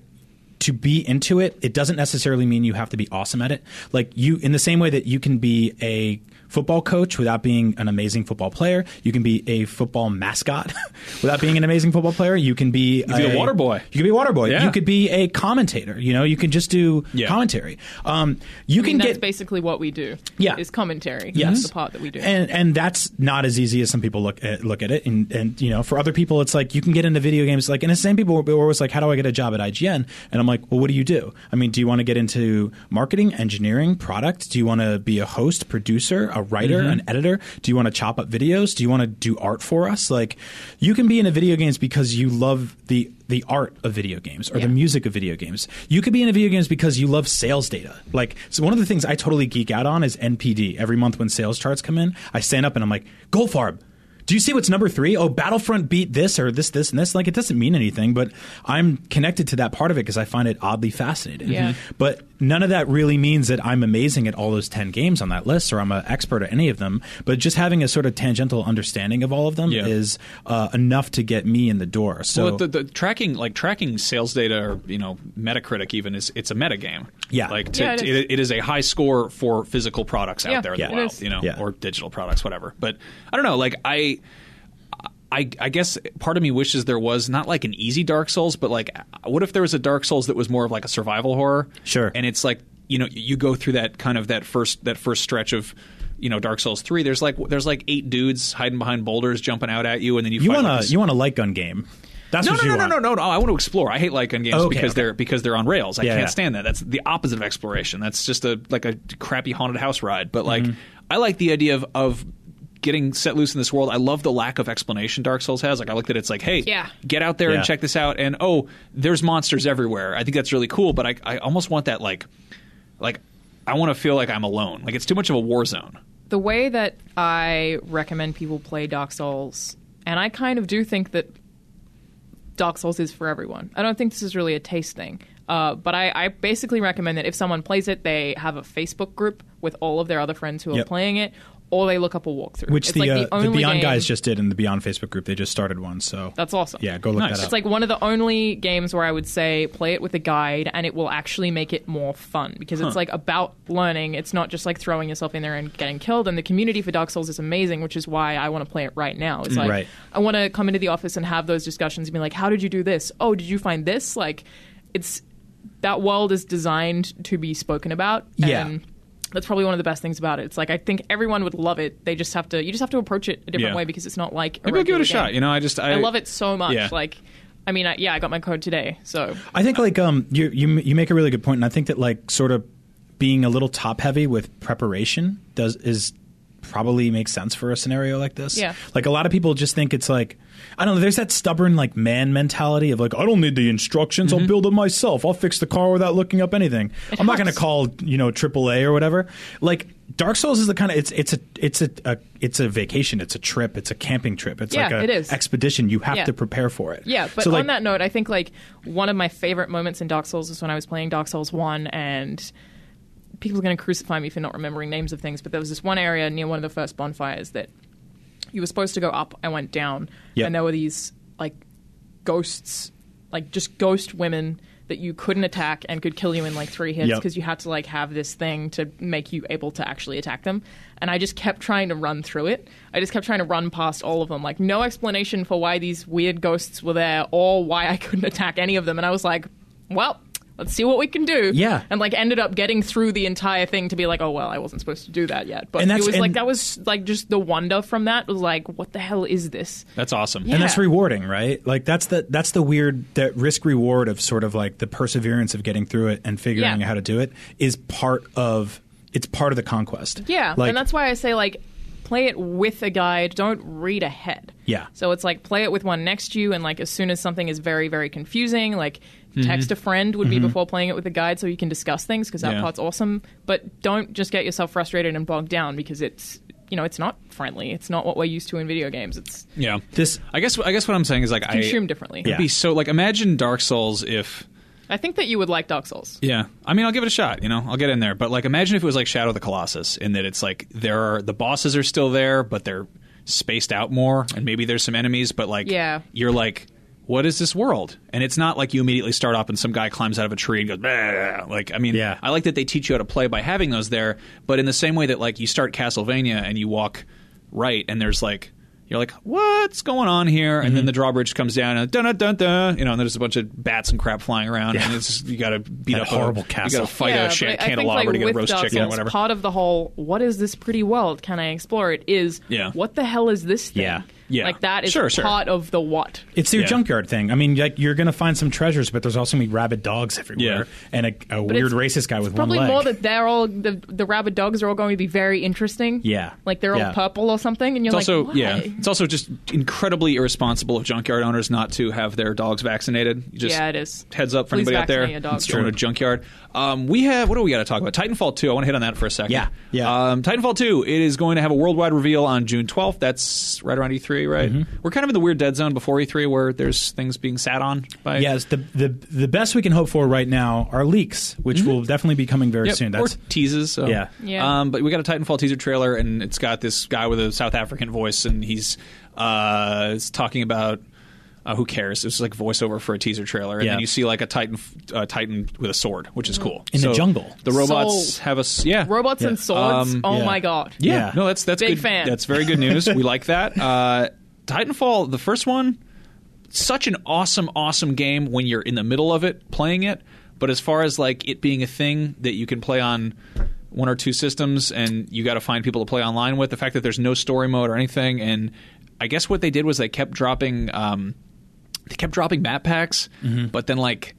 [SPEAKER 1] to be into it, it doesn't necessarily mean you have to be awesome at it. Like you, in the same way that you can be a football coach without being an amazing football player, you can be a football mascot without being an amazing football player. You can be,
[SPEAKER 3] be
[SPEAKER 1] a,
[SPEAKER 3] the water boy.
[SPEAKER 1] You can be a water boy.
[SPEAKER 3] Yeah.
[SPEAKER 1] You could be a commentator. You know, you can just do
[SPEAKER 3] Yeah.
[SPEAKER 1] commentary. Um, you
[SPEAKER 4] I mean,
[SPEAKER 1] can
[SPEAKER 4] that's
[SPEAKER 1] get
[SPEAKER 4] basically what we do.
[SPEAKER 1] Yeah.
[SPEAKER 4] is commentary.
[SPEAKER 1] Yes.
[SPEAKER 4] that's the part that we do.
[SPEAKER 1] and and that's not as easy as some people look at, look at it. And and you know, for other people, it's like you can get into video games. Like, and the same people were always like, "How do I get a job at IGN?" And I'm like, "Well, what do you do? I mean, do you want to get into marketing, engineering, product? Do you want to be a host, producer, a writer,
[SPEAKER 4] Mm-hmm.
[SPEAKER 1] an editor? Do you want to chop up videos? Do you want to do art for us? Like, you can be into video games because you love the the art of video games or the
[SPEAKER 4] Yeah.
[SPEAKER 1] music of video games. You could be into video games because you love sales data. Like, so one of the things I totally geek out on is NPD. Every month when sales charts come in, I stand up and I'm like, Goldfarb, do you see what's number three? Oh, Battlefront beat this or this, this, and this. Like, it doesn't mean anything, but I'm connected to that part of it because I find it oddly fascinating. Mm-hmm.
[SPEAKER 4] Yeah. Mhm.
[SPEAKER 1] But none of that really means that I'm amazing at all those 10 games on that list or I'm an expert at any of them. But just having a sort of tangential understanding of all of them
[SPEAKER 3] Yeah.
[SPEAKER 1] is uh, enough to get me in the door. So
[SPEAKER 3] Well, the, the tracking, like tracking sales data, or you know, Metacritic even is it's a metagame.
[SPEAKER 1] Yeah.
[SPEAKER 3] like to,
[SPEAKER 4] Yeah, it
[SPEAKER 3] it,
[SPEAKER 4] is.
[SPEAKER 3] is. it is a high score for physical products out
[SPEAKER 4] Yeah,
[SPEAKER 3] there in
[SPEAKER 4] Yeah.
[SPEAKER 3] the
[SPEAKER 4] it
[SPEAKER 3] wild,
[SPEAKER 4] is.
[SPEAKER 3] you know,
[SPEAKER 1] Yeah.
[SPEAKER 3] or digital products, whatever. But I don't know, like I. I, I guess part of me wishes there was not like an easy Dark Souls, but like, what if there was a Dark Souls that was more of like a survival horror?
[SPEAKER 1] Sure.
[SPEAKER 3] And it's like you know you go through that kind of that first that first stretch of you know Dark Souls three. There's like there's like eight dudes hiding behind boulders jumping out at you, and then you
[SPEAKER 1] You
[SPEAKER 3] fight
[SPEAKER 1] want
[SPEAKER 3] like
[SPEAKER 1] a
[SPEAKER 3] this-
[SPEAKER 1] you want a light gun game? That's
[SPEAKER 3] no,
[SPEAKER 1] what
[SPEAKER 3] no,
[SPEAKER 1] you
[SPEAKER 3] no,
[SPEAKER 1] want.
[SPEAKER 3] no, no, no, no. I want to explore. I hate light gun games
[SPEAKER 1] Okay,
[SPEAKER 3] because
[SPEAKER 1] okay.
[SPEAKER 3] they're because they're on rails. I
[SPEAKER 1] Yeah,
[SPEAKER 3] can't
[SPEAKER 1] yeah.
[SPEAKER 3] stand that. That's the opposite of exploration. That's just a like a crappy haunted house ride. But like,
[SPEAKER 1] Mm-hmm.
[SPEAKER 3] I like the idea of of getting set loose in this world. I love the lack of explanation Dark Souls has. Like, I looked at it, it's like, hey,
[SPEAKER 4] Yeah.
[SPEAKER 3] get out there
[SPEAKER 1] Yeah.
[SPEAKER 3] and check this out. And oh, there's monsters everywhere. I think that's really cool. But I I almost want that like like I want to feel like I'm alone. Like it's too much of a war zone.
[SPEAKER 4] the way that I recommend people play Dark Souls, and I kind of do think that Dark Souls is for everyone. I don't think this is really a taste thing. Uh, but I, I basically recommend that if someone plays it, they have a Facebook group with all of their other friends who are
[SPEAKER 1] Yep.
[SPEAKER 4] playing it, or they look up a walkthrough.
[SPEAKER 1] Which
[SPEAKER 4] it's
[SPEAKER 1] the,
[SPEAKER 4] like
[SPEAKER 1] uh, the
[SPEAKER 4] only
[SPEAKER 1] Beyond
[SPEAKER 4] game-
[SPEAKER 1] guys just did in the Beyond Facebook group. They just started one. So
[SPEAKER 4] That's awesome.
[SPEAKER 1] yeah, go look
[SPEAKER 3] Nice.
[SPEAKER 1] that up.
[SPEAKER 4] It's like one of the only games where I would say play it with a guide and it will actually make it more fun because it's like about learning. It's not just like throwing yourself in there and getting killed. And the community for Dark Souls is amazing, which is why I want to play it right now.
[SPEAKER 3] Mm,
[SPEAKER 4] It's like
[SPEAKER 1] Right.
[SPEAKER 4] I want to come into the office and have those discussions and be like, how did you do this? Oh, did you find this? Like it's that world is designed to be spoken about.
[SPEAKER 1] Yeah.
[SPEAKER 4] And that's probably one of the best things about it. It's like I think everyone would love it. They just have to you just have to approach it a different
[SPEAKER 3] Yeah.
[SPEAKER 4] way because it's not like a
[SPEAKER 3] Maybe I'll give it
[SPEAKER 4] regular
[SPEAKER 3] a shot.
[SPEAKER 4] game.
[SPEAKER 3] You know, I just I,
[SPEAKER 4] I love it so much.
[SPEAKER 3] Yeah.
[SPEAKER 4] Like I mean, I, yeah, I got my code today, so
[SPEAKER 1] I think like um you you you make a really good point, and I think that like sort of being a little top heavy with preparation does is probably makes sense for a scenario like this.
[SPEAKER 4] Yeah.
[SPEAKER 1] Like a lot of people just think it's like I don't know. There's that stubborn like man mentality of like I don't need the instructions.
[SPEAKER 4] Mm-hmm.
[SPEAKER 1] I'll build it myself. I'll fix the car without looking up anything. I'm not going to
[SPEAKER 4] helps.
[SPEAKER 1] call you know AAA or whatever. Like Dark Souls is the kind of it's it's a it's a, a it's a vacation. It's a trip. It's a camping trip. It's
[SPEAKER 4] Yeah,
[SPEAKER 1] like a
[SPEAKER 4] it is.
[SPEAKER 1] expedition. You have
[SPEAKER 4] Yeah.
[SPEAKER 1] to prepare for it.
[SPEAKER 4] Yeah, but
[SPEAKER 1] So, like,
[SPEAKER 4] on that note, I think like one of my favorite moments in Dark Souls is when I was playing Dark Souls One, and people are going to crucify me for not remembering names of things. But there was this one area near one of the first bonfires that you were supposed to go up. I went down,
[SPEAKER 1] Yep.
[SPEAKER 4] and there were these like ghosts, like just ghost women that you couldn't attack and could kill you in like three hits
[SPEAKER 1] Yep.
[SPEAKER 4] because you had to like have this thing to make you able to actually attack them. And I just kept trying to run through it. I just kept trying to run past all of them. Like no explanation for why these weird ghosts were there or why I couldn't attack any of them. And I was like, well, let's see what we can do.
[SPEAKER 1] Yeah.
[SPEAKER 4] And like ended up getting through the entire thing to be like, oh well, I wasn't supposed to do that yet. But
[SPEAKER 1] And
[SPEAKER 4] it
[SPEAKER 1] that's-
[SPEAKER 4] was like
[SPEAKER 1] and-
[SPEAKER 4] that was like just the wonder from that was like, what the hell is this?
[SPEAKER 3] That's awesome.
[SPEAKER 1] and
[SPEAKER 4] Yeah.
[SPEAKER 1] that's rewarding, right? Like that's the that's the weird that risk reward of sort of like the perseverance of getting through it and figuring out
[SPEAKER 4] Yeah.
[SPEAKER 1] how to do it is part of it's part of the conquest.
[SPEAKER 4] Yeah,
[SPEAKER 1] like,
[SPEAKER 4] and that's why I say like play it with a guide. Don't read ahead.
[SPEAKER 1] Yeah.
[SPEAKER 4] So it's like play it with one next to you, and like as soon as something is very very confusing, like
[SPEAKER 1] Mm-hmm.
[SPEAKER 4] text a friend would be before playing it with a guide so you can discuss things because that
[SPEAKER 3] Yeah.
[SPEAKER 4] part's awesome. But don't just get yourself frustrated and bogged down because it's you know it's not friendly. It's not what we're used to in video games. It's
[SPEAKER 3] Yeah.
[SPEAKER 1] This-
[SPEAKER 3] I guess I guess what I'm saying is like I
[SPEAKER 4] consumed differently.
[SPEAKER 1] Yeah.
[SPEAKER 3] It'd be so like imagine Dark Souls if
[SPEAKER 4] I think that you would like Dark Souls.
[SPEAKER 3] yeah. I mean, I'll give it a shot. You know, I'll get in there. But like, imagine if it was like Shadow of the Colossus, in that it's like there are the bosses are still there, but they're spaced out more, and maybe there's some enemies, but like,
[SPEAKER 4] Yeah.
[SPEAKER 3] you're like, what is this world? And it's not like you immediately start off and some guy climbs out of a tree and goes, "Bah." like, I mean,
[SPEAKER 1] Yeah.
[SPEAKER 3] I like that they teach you how to play by having those there. But in the same way that like you start Castlevania and you walk right, and there's like. You're like, what's going on here? And then the drawbridge comes down, and dun dun dun dun. You know, and there's a bunch of bats and crap flying around, and it's just, you got to beat
[SPEAKER 1] That
[SPEAKER 3] up a-
[SPEAKER 1] horrible
[SPEAKER 3] You
[SPEAKER 1] castle.
[SPEAKER 3] got to fight
[SPEAKER 4] yeah,
[SPEAKER 3] a
[SPEAKER 4] but
[SPEAKER 3] shit
[SPEAKER 4] I think,
[SPEAKER 3] candelabra
[SPEAKER 4] like,
[SPEAKER 3] to get a
[SPEAKER 4] with
[SPEAKER 3] roast
[SPEAKER 4] Dark
[SPEAKER 3] chicken or
[SPEAKER 4] Souls,
[SPEAKER 3] whatever.
[SPEAKER 4] Part of the whole "What is this pretty world? Can I explore it?" Is
[SPEAKER 3] Yeah.
[SPEAKER 4] what the hell is this thing?
[SPEAKER 1] Yeah.
[SPEAKER 3] Yeah.
[SPEAKER 4] Like that is
[SPEAKER 3] Sure, sure.
[SPEAKER 4] part of the what.
[SPEAKER 1] it's your
[SPEAKER 3] Yeah.
[SPEAKER 1] junkyard thing. I mean, like you're gonna find some treasures, but there's also gonna be rabid dogs everywhere
[SPEAKER 3] Yeah.
[SPEAKER 1] and a, a weird
[SPEAKER 4] it's-
[SPEAKER 1] racist guy with one
[SPEAKER 4] Probably
[SPEAKER 1] leg.
[SPEAKER 4] more that they're all the the rabid dogs are all going to be very interesting.
[SPEAKER 1] Yeah.
[SPEAKER 4] like they're
[SPEAKER 1] Yeah.
[SPEAKER 4] all purple or something, and you're
[SPEAKER 3] It's
[SPEAKER 4] like,
[SPEAKER 3] also
[SPEAKER 4] Why?
[SPEAKER 3] yeah, it's also just incredibly irresponsible of junkyard owners not to have their dogs vaccinated. You Just
[SPEAKER 4] Yeah, it is.
[SPEAKER 3] Heads up for
[SPEAKER 4] Please
[SPEAKER 3] anybody out there.
[SPEAKER 4] vaccinate your dogs.
[SPEAKER 3] It's true. A junkyard. Um, we have what do we got to talk about? Titanfall two. I want to hit on that for a second.
[SPEAKER 1] Yeah, yeah.
[SPEAKER 3] Um, Titanfall two. It is going to have a worldwide reveal on June twelfth. That's right around E three, right?
[SPEAKER 1] Mm-hmm.
[SPEAKER 3] We're kind of in the weird dead zone before E three, where there's things being sat on by
[SPEAKER 1] Yes, the, the the best we can hope for right now are leaks, which
[SPEAKER 4] Mm-hmm.
[SPEAKER 1] will definitely be coming very
[SPEAKER 3] Yep,
[SPEAKER 1] soon.
[SPEAKER 3] or
[SPEAKER 1] That's
[SPEAKER 3] teases. So.
[SPEAKER 1] Yeah.
[SPEAKER 4] Yeah.
[SPEAKER 3] Um, but we got a Titanfall teaser trailer, and it's got this guy with a South African voice, and he's uh, is talking about. Uh, who cares? It's like voiceover for a teaser trailer, and
[SPEAKER 1] Yeah.
[SPEAKER 3] then you see like a titan, uh, titan with a sword, which is cool.
[SPEAKER 1] In the jungle.
[SPEAKER 3] the robots
[SPEAKER 4] Soul.
[SPEAKER 3] have a s- yeah,
[SPEAKER 4] Mm-hmm. robots and
[SPEAKER 1] Yeah.
[SPEAKER 4] swords.
[SPEAKER 3] Um,
[SPEAKER 4] oh
[SPEAKER 1] yeah.
[SPEAKER 4] my god,
[SPEAKER 1] Yeah.
[SPEAKER 3] no, that's that's
[SPEAKER 4] Big
[SPEAKER 3] good.
[SPEAKER 4] fan.
[SPEAKER 3] That's very good news. we like that. Uh, Titanfall, the first one, such an awesome, awesome game when you're in the middle of it playing it. But as far as like it being a thing that you can play on one or two systems, and you got to find people to play online with, the fact that there's no story mode or anything, and I guess what they did was they kept dropping, um, they kept dropping map packs,
[SPEAKER 1] Mm-hmm.
[SPEAKER 3] but then like.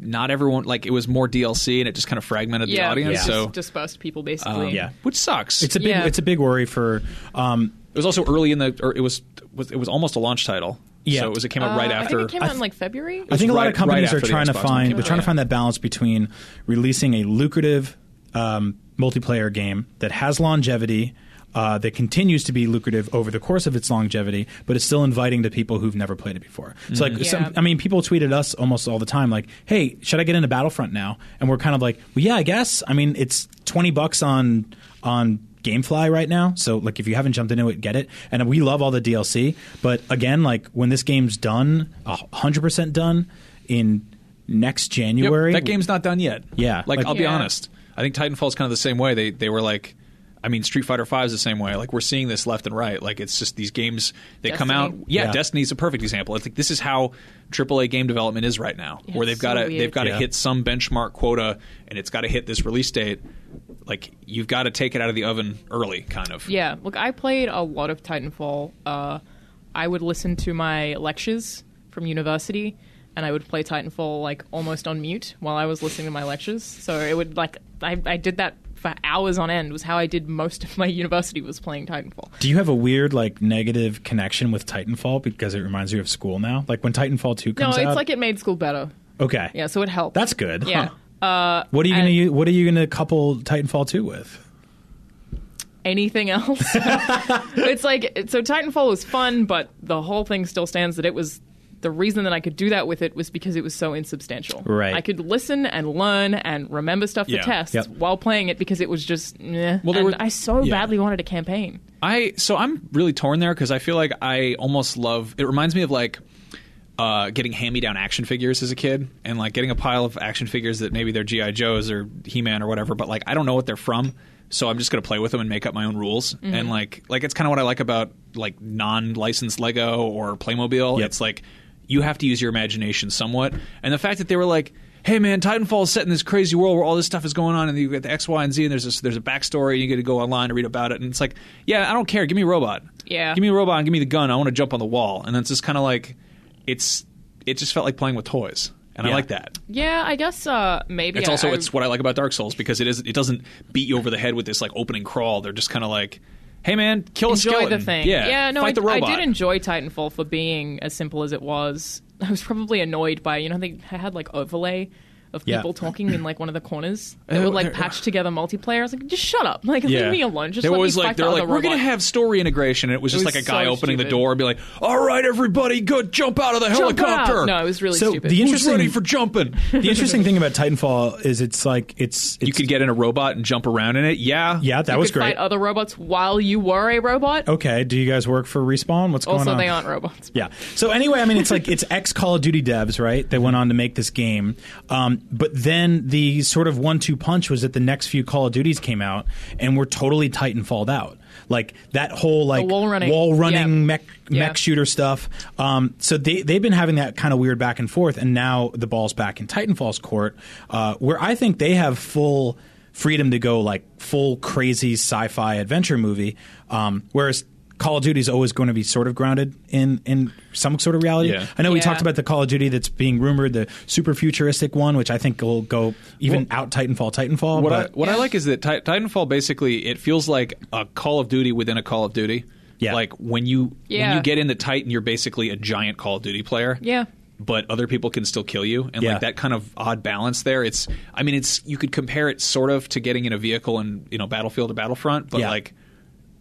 [SPEAKER 3] Not everyone like it was more DLC and it just kind of fragmented the
[SPEAKER 4] yeah,
[SPEAKER 3] audience.
[SPEAKER 4] it's
[SPEAKER 3] So um,
[SPEAKER 4] just dispersed people basically.
[SPEAKER 1] yeah.
[SPEAKER 3] which sucks.
[SPEAKER 1] it's a big
[SPEAKER 4] Yeah.
[SPEAKER 1] it's a big worry for um,
[SPEAKER 3] It was also early in the, or it was, was it was almost a launch title.
[SPEAKER 1] Yeah.
[SPEAKER 3] so it was it came out
[SPEAKER 4] Uh,
[SPEAKER 3] right after.
[SPEAKER 4] I think it came out in like February.
[SPEAKER 1] I think a lot
[SPEAKER 3] right-
[SPEAKER 1] of companies
[SPEAKER 3] right
[SPEAKER 1] are
[SPEAKER 3] after the
[SPEAKER 1] trying to
[SPEAKER 3] Xbox
[SPEAKER 1] find
[SPEAKER 3] came
[SPEAKER 1] they're
[SPEAKER 3] out.
[SPEAKER 1] trying to find that balance between releasing a lucrative um, multiplayer game that has longevity. Uh, that continues to be lucrative over the course of its longevity, but it's still inviting to people who''ve never played it before. So, like,
[SPEAKER 4] Yeah.
[SPEAKER 1] some, I mean, people tweeted us almost all the time, like, "Hey, should I get into Battlefront now?" And we're kind of like, "Well, yeah, I guess." I mean, it's twenty bucks on on GameFly right now, so like, if you haven't jumped into it, get it. And we love all the DLC, but again, like, when this game's done, hundred percent done in next
[SPEAKER 3] Yep,
[SPEAKER 1] January,
[SPEAKER 3] that game's not done yet.
[SPEAKER 1] Yeah.
[SPEAKER 3] like,
[SPEAKER 1] Like-
[SPEAKER 3] I'll be
[SPEAKER 4] Yeah.
[SPEAKER 3] honest. I think Titanfall's kind of the same way. They they were like, I mean, Street Fighter Five is the same way. Like we're seeing this left and right. Like it's just these games they come out.
[SPEAKER 4] Destiny.
[SPEAKER 3] Yeah,
[SPEAKER 1] Yeah.
[SPEAKER 3] Destiny's a perfect example. It's like this is how AAA game development is right now, where they've
[SPEAKER 4] it's
[SPEAKER 3] got to
[SPEAKER 4] so weird.
[SPEAKER 3] they've got to
[SPEAKER 1] Yeah.
[SPEAKER 3] hit some benchmark quota, and it's got to hit this release date. Like you've got to take it out of the oven early, kind of.
[SPEAKER 4] Yeah, look, I played a lot of Titanfall. Uh, I would listen to my lectures from university, and I would play Titanfall like almost on mute while I was listening to my lectures. So it would like I, I did that for hours on end. Was how I did most of my university was playing Titanfall.
[SPEAKER 1] Do you have a weird like negative connection with Titanfall because it reminds you of school now? Like when Titanfall two
[SPEAKER 4] No,
[SPEAKER 1] comes
[SPEAKER 4] it's
[SPEAKER 1] out.
[SPEAKER 4] like it made school better.
[SPEAKER 1] okay,
[SPEAKER 4] Yeah, so it helped.
[SPEAKER 1] that's good.
[SPEAKER 4] yeah.
[SPEAKER 1] huh.
[SPEAKER 4] Uh,
[SPEAKER 1] What are you
[SPEAKER 4] and
[SPEAKER 1] gonna u- What are you gonna couple Titanfall two with?
[SPEAKER 4] anything else? it's like so. Titanfall was fun, but the whole thing still stands that it was the reason that I could do that with it was because it was so insubstantial.
[SPEAKER 1] Right.
[SPEAKER 4] I could listen and learn and remember stuff for
[SPEAKER 3] Yeah.
[SPEAKER 4] tests
[SPEAKER 1] Yep.
[SPEAKER 4] while playing it because it was just. Meh.
[SPEAKER 3] Well, there
[SPEAKER 4] and
[SPEAKER 3] were-
[SPEAKER 4] I so
[SPEAKER 1] yeah.
[SPEAKER 4] badly wanted a campaign.
[SPEAKER 3] I so I'm really torn there because I feel like I almost love. It reminds me of like uh, getting hand-me-down action figures as a kid, and like getting a pile of action figures that maybe they're GI Joes or He-Man or whatever, but like I don't know what they're from, so I'm just gonna play with them and make up my own rules. And like like it's kind of what I like about like non-licensed Lego or Playmobil.
[SPEAKER 1] Yep.
[SPEAKER 3] It's like you have to use your imagination somewhat, and the fact that they were like. Hey man, Titanfall is set in this crazy world where all this stuff is going on, and you get the X, Y, and Z, and there's this, there's a backstory, and you get to go online and read about it, and it's like, yeah, I don't care, give me a robot,
[SPEAKER 4] Yeah.
[SPEAKER 3] give me a robot and give me the gun. I want to jump on the wall. And it's just kind of like, it's it just felt like playing with toys, and I
[SPEAKER 1] Yeah.
[SPEAKER 3] like that.
[SPEAKER 4] Yeah, I guess uh, maybe.
[SPEAKER 3] It's
[SPEAKER 4] I-
[SPEAKER 3] also
[SPEAKER 4] I-
[SPEAKER 3] it's what I like about Dark Souls because it is it doesn't beat you over the head with this like opening crawl. They're just kind of like, hey man, kill a
[SPEAKER 4] enjoy
[SPEAKER 3] skeleton.
[SPEAKER 4] the thing.
[SPEAKER 3] Yeah,
[SPEAKER 4] no,
[SPEAKER 3] fight
[SPEAKER 4] I,
[SPEAKER 3] the robot.
[SPEAKER 4] I did enjoy Titanfall for being as simple as it was. I was probably annoyed by you know they had like overlay of
[SPEAKER 1] Yeah.
[SPEAKER 4] people talking in like one of the corners that
[SPEAKER 3] Uh,
[SPEAKER 4] would like
[SPEAKER 3] there-
[SPEAKER 4] patch together multiplayer. I was like, just shut up, like
[SPEAKER 1] Yeah.
[SPEAKER 4] leave me alone. Just
[SPEAKER 3] They were
[SPEAKER 4] let
[SPEAKER 3] always
[SPEAKER 4] me
[SPEAKER 3] like
[SPEAKER 4] fight
[SPEAKER 3] they're
[SPEAKER 4] the
[SPEAKER 3] like
[SPEAKER 4] other
[SPEAKER 3] we're gonna
[SPEAKER 4] robot."
[SPEAKER 3] have story integration. And it was just
[SPEAKER 4] It was
[SPEAKER 3] like a guy
[SPEAKER 4] so
[SPEAKER 3] opening the
[SPEAKER 4] stupid.
[SPEAKER 3] door and be like, all right, everybody, good, jump out of the
[SPEAKER 4] Jump out!
[SPEAKER 3] helicopter.
[SPEAKER 4] No, it was really
[SPEAKER 1] So,
[SPEAKER 4] stupid.
[SPEAKER 1] the in-
[SPEAKER 3] Who's ready
[SPEAKER 1] Interesting.
[SPEAKER 3] for jumping?
[SPEAKER 1] The interesting thing about Titanfall is it's like it's, it's
[SPEAKER 3] you could get in a robot and jump around in it. Yeah,
[SPEAKER 1] yeah that
[SPEAKER 4] you
[SPEAKER 1] was
[SPEAKER 4] could
[SPEAKER 1] great.
[SPEAKER 4] Fight other robots while you were a robot.
[SPEAKER 3] Oh,
[SPEAKER 1] okay, do you guys work for respawn? What's going on?
[SPEAKER 4] also, they aren't robots.
[SPEAKER 1] Yeah. So anyway, I mean, it's like it's ex Call of Duty devs, right? They went on to make this game, um, but then the sort of one-two punch was that the next few Call of Duties came out and were totally Titanfalled out. Like that whole like
[SPEAKER 4] wall running.
[SPEAKER 1] running
[SPEAKER 4] Yeah.
[SPEAKER 1] mech
[SPEAKER 4] Yeah.
[SPEAKER 1] mech shooter stuff. Um, so they they've been having that kind of weird back and forth, and now the ball's back in Titanfall's court, uh, where I think they have full freedom to go like full crazy sci-fi adventure movie, um, whereas. Call of Duty is always going to be sort of grounded in, in some sort of reality.
[SPEAKER 3] Yeah.
[SPEAKER 1] I know we
[SPEAKER 4] Yeah.
[SPEAKER 1] talked about the Call of Duty that's being rumored, the super futuristic one, which I think will go even out Titanfall, Titanfall.
[SPEAKER 3] What
[SPEAKER 1] but
[SPEAKER 3] I what I
[SPEAKER 4] Yeah.
[SPEAKER 3] like is that Ti- Titanfall basically it feels like a Call of Duty within a Call of Duty.
[SPEAKER 1] Yeah.
[SPEAKER 3] Like when you when
[SPEAKER 4] Yeah.
[SPEAKER 3] you get into Titan, you're basically a giant Call of Duty player.
[SPEAKER 4] Yeah.
[SPEAKER 3] But other people can still kill you, and
[SPEAKER 1] Yeah.
[SPEAKER 3] like that kind of odd balance there. It's I mean it's you could compare it sort of to getting in a vehicle in you know Battlefield or Battlefront, but
[SPEAKER 1] Yeah.
[SPEAKER 3] like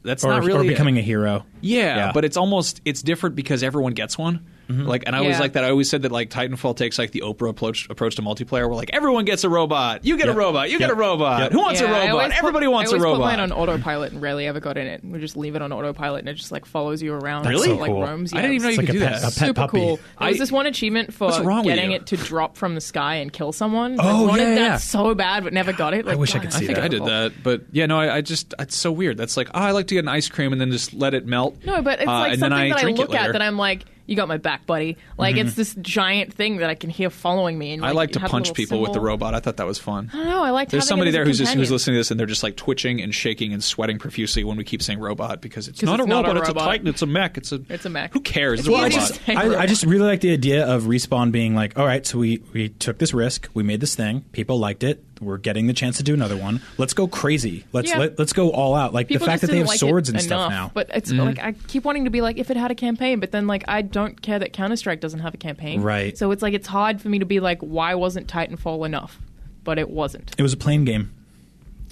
[SPEAKER 3] that's
[SPEAKER 1] or,
[SPEAKER 3] not really
[SPEAKER 1] or
[SPEAKER 3] it.
[SPEAKER 1] becoming a hero.
[SPEAKER 3] Yeah, Mm-hmm.
[SPEAKER 1] Yeah.
[SPEAKER 3] but it's almost it's different because everyone gets one. Like, and I always
[SPEAKER 4] Yeah.
[SPEAKER 3] like that. I always said that like Titanfall takes like the Oprah approach approach to multiplayer, where like everyone gets a robot. You get
[SPEAKER 1] Yep.
[SPEAKER 3] a robot. You get a
[SPEAKER 1] Yep.
[SPEAKER 3] robot.
[SPEAKER 1] Yep.
[SPEAKER 3] Who wants
[SPEAKER 4] Yeah, I
[SPEAKER 3] a
[SPEAKER 4] always
[SPEAKER 3] robot?
[SPEAKER 4] put-
[SPEAKER 3] Everybody wants
[SPEAKER 4] I
[SPEAKER 3] a
[SPEAKER 4] always
[SPEAKER 3] robot.
[SPEAKER 4] Put mine on autopilot and rarely ever got in it. We just leave it on autopilot and it just like follows you around.
[SPEAKER 1] That's
[SPEAKER 4] and,
[SPEAKER 1] so
[SPEAKER 4] like
[SPEAKER 1] cool.
[SPEAKER 4] roams.
[SPEAKER 3] I didn't even know
[SPEAKER 4] it's
[SPEAKER 3] you
[SPEAKER 1] It's
[SPEAKER 3] could
[SPEAKER 1] like a
[SPEAKER 3] do
[SPEAKER 1] pet-
[SPEAKER 3] that.
[SPEAKER 1] a pet
[SPEAKER 4] super
[SPEAKER 1] puppy.
[SPEAKER 4] cool. There was
[SPEAKER 3] I-
[SPEAKER 4] this one achievement for
[SPEAKER 3] What's wrong with
[SPEAKER 4] getting
[SPEAKER 3] you?
[SPEAKER 4] it to drop from the sky and kill someone.
[SPEAKER 1] Oh,
[SPEAKER 4] I wanted
[SPEAKER 1] yeah,
[SPEAKER 4] that
[SPEAKER 1] yeah.
[SPEAKER 4] so bad, but never got it. Like,
[SPEAKER 1] wish I
[SPEAKER 4] God,
[SPEAKER 1] could
[SPEAKER 4] that's
[SPEAKER 1] see
[SPEAKER 3] I think I did
[SPEAKER 4] difficult.
[SPEAKER 3] that, but yeah, no, I, I just it's so weird. That's like, oh, I like to get an ice cream and then just let it melt.
[SPEAKER 4] No, but it's
[SPEAKER 3] uh,
[SPEAKER 4] like
[SPEAKER 3] and
[SPEAKER 4] something
[SPEAKER 3] then I
[SPEAKER 4] that I
[SPEAKER 3] drink
[SPEAKER 4] look
[SPEAKER 3] it later.
[SPEAKER 4] at that I'm like, you got my back, buddy. Like it's this giant thing that I can hear following me. And,
[SPEAKER 3] I like to
[SPEAKER 4] have a
[SPEAKER 3] punch
[SPEAKER 4] little
[SPEAKER 3] people with the
[SPEAKER 4] symbol.
[SPEAKER 3] robot. I thought that was fun.
[SPEAKER 4] I don't know. I like.
[SPEAKER 3] There's
[SPEAKER 4] having it
[SPEAKER 3] somebody
[SPEAKER 4] as a
[SPEAKER 3] there who's just, who's
[SPEAKER 4] companion.
[SPEAKER 3] listening to this and they're just like twitching and shaking and sweating profusely when we keep saying robot because it's
[SPEAKER 4] 'Cause
[SPEAKER 3] not,
[SPEAKER 4] it's
[SPEAKER 3] a,
[SPEAKER 4] not a
[SPEAKER 3] robot, It's a
[SPEAKER 4] robot.
[SPEAKER 3] titan. It's a mech. It's a
[SPEAKER 4] It's a mech.
[SPEAKER 3] Who cares?
[SPEAKER 4] It's
[SPEAKER 3] It's a
[SPEAKER 4] easy
[SPEAKER 3] robot.
[SPEAKER 4] to
[SPEAKER 1] just-
[SPEAKER 4] say
[SPEAKER 1] I,
[SPEAKER 4] robot.
[SPEAKER 1] I just really like the idea of respawn being like, all right, so we we took this risk, we made this thing, people liked it, we're getting the chance to do another one. Let's go crazy. Let's
[SPEAKER 4] Yeah.
[SPEAKER 1] let, let's go all out. Like
[SPEAKER 4] People
[SPEAKER 1] the fact
[SPEAKER 4] just
[SPEAKER 1] that they have
[SPEAKER 4] didn't like
[SPEAKER 1] swords
[SPEAKER 4] it
[SPEAKER 1] and stuff
[SPEAKER 4] enough,
[SPEAKER 1] now.
[SPEAKER 4] But it's like I keep wanting to be like, if it had a campaign, but then like I don't care that Counter Strike doesn't have a campaign.
[SPEAKER 1] Right.
[SPEAKER 4] So it's like it's hard for me to be like, why wasn't Titanfall enough? But it wasn't.
[SPEAKER 1] it was a plain game.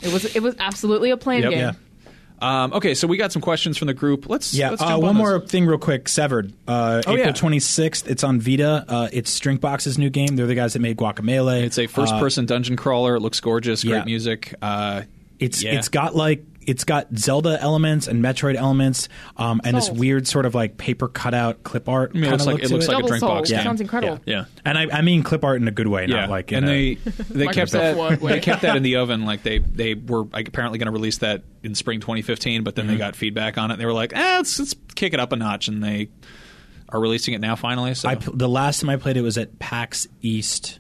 [SPEAKER 4] It was. It was absolutely a planned
[SPEAKER 3] Yep.
[SPEAKER 4] game.
[SPEAKER 1] Yeah.
[SPEAKER 3] Um, okay, so we got some questions from the group. Let's
[SPEAKER 1] Yeah,
[SPEAKER 3] Let's
[SPEAKER 1] uh,
[SPEAKER 3] jump on
[SPEAKER 1] one
[SPEAKER 3] this.
[SPEAKER 1] more thing, real quick. Severed, uh,
[SPEAKER 3] Oh,
[SPEAKER 1] April
[SPEAKER 3] yeah.
[SPEAKER 1] twenty sixth. It's on Vita. Uh, it's Drinkbox's new game. They're the guys that made Uh, Guacamele.
[SPEAKER 3] It's a first person dungeon crawler. It looks gorgeous. Great
[SPEAKER 1] Yeah.
[SPEAKER 3] music. Uh,
[SPEAKER 1] It's
[SPEAKER 3] yeah.
[SPEAKER 1] it's got like it's got Zelda elements and Metroid elements, um, and this
[SPEAKER 4] Sold.
[SPEAKER 1] weird sort of like paper cutout clip art.
[SPEAKER 3] I mean, it
[SPEAKER 1] kinda
[SPEAKER 3] looks like
[SPEAKER 1] look
[SPEAKER 3] it
[SPEAKER 1] to
[SPEAKER 3] looks like
[SPEAKER 4] Double
[SPEAKER 3] a drink box.
[SPEAKER 4] Souls.
[SPEAKER 3] game.
[SPEAKER 4] Sounds incredible.
[SPEAKER 3] Yeah.
[SPEAKER 1] and I, I mean clip art in a good way,
[SPEAKER 3] Yeah,
[SPEAKER 1] not like
[SPEAKER 3] and
[SPEAKER 1] in a-
[SPEAKER 3] they they
[SPEAKER 4] Microsoft
[SPEAKER 3] kept that
[SPEAKER 4] Word
[SPEAKER 3] they
[SPEAKER 4] way.
[SPEAKER 3] kept that in the oven. Like they they were like, apparently going to release that in spring 2015, but then
[SPEAKER 1] Mm-hmm.
[SPEAKER 3] they got feedback on it. They were like, eh, let's, let's kick it up a notch, and they are releasing it now finally. So
[SPEAKER 1] I pl- the last time I played it was at PAX East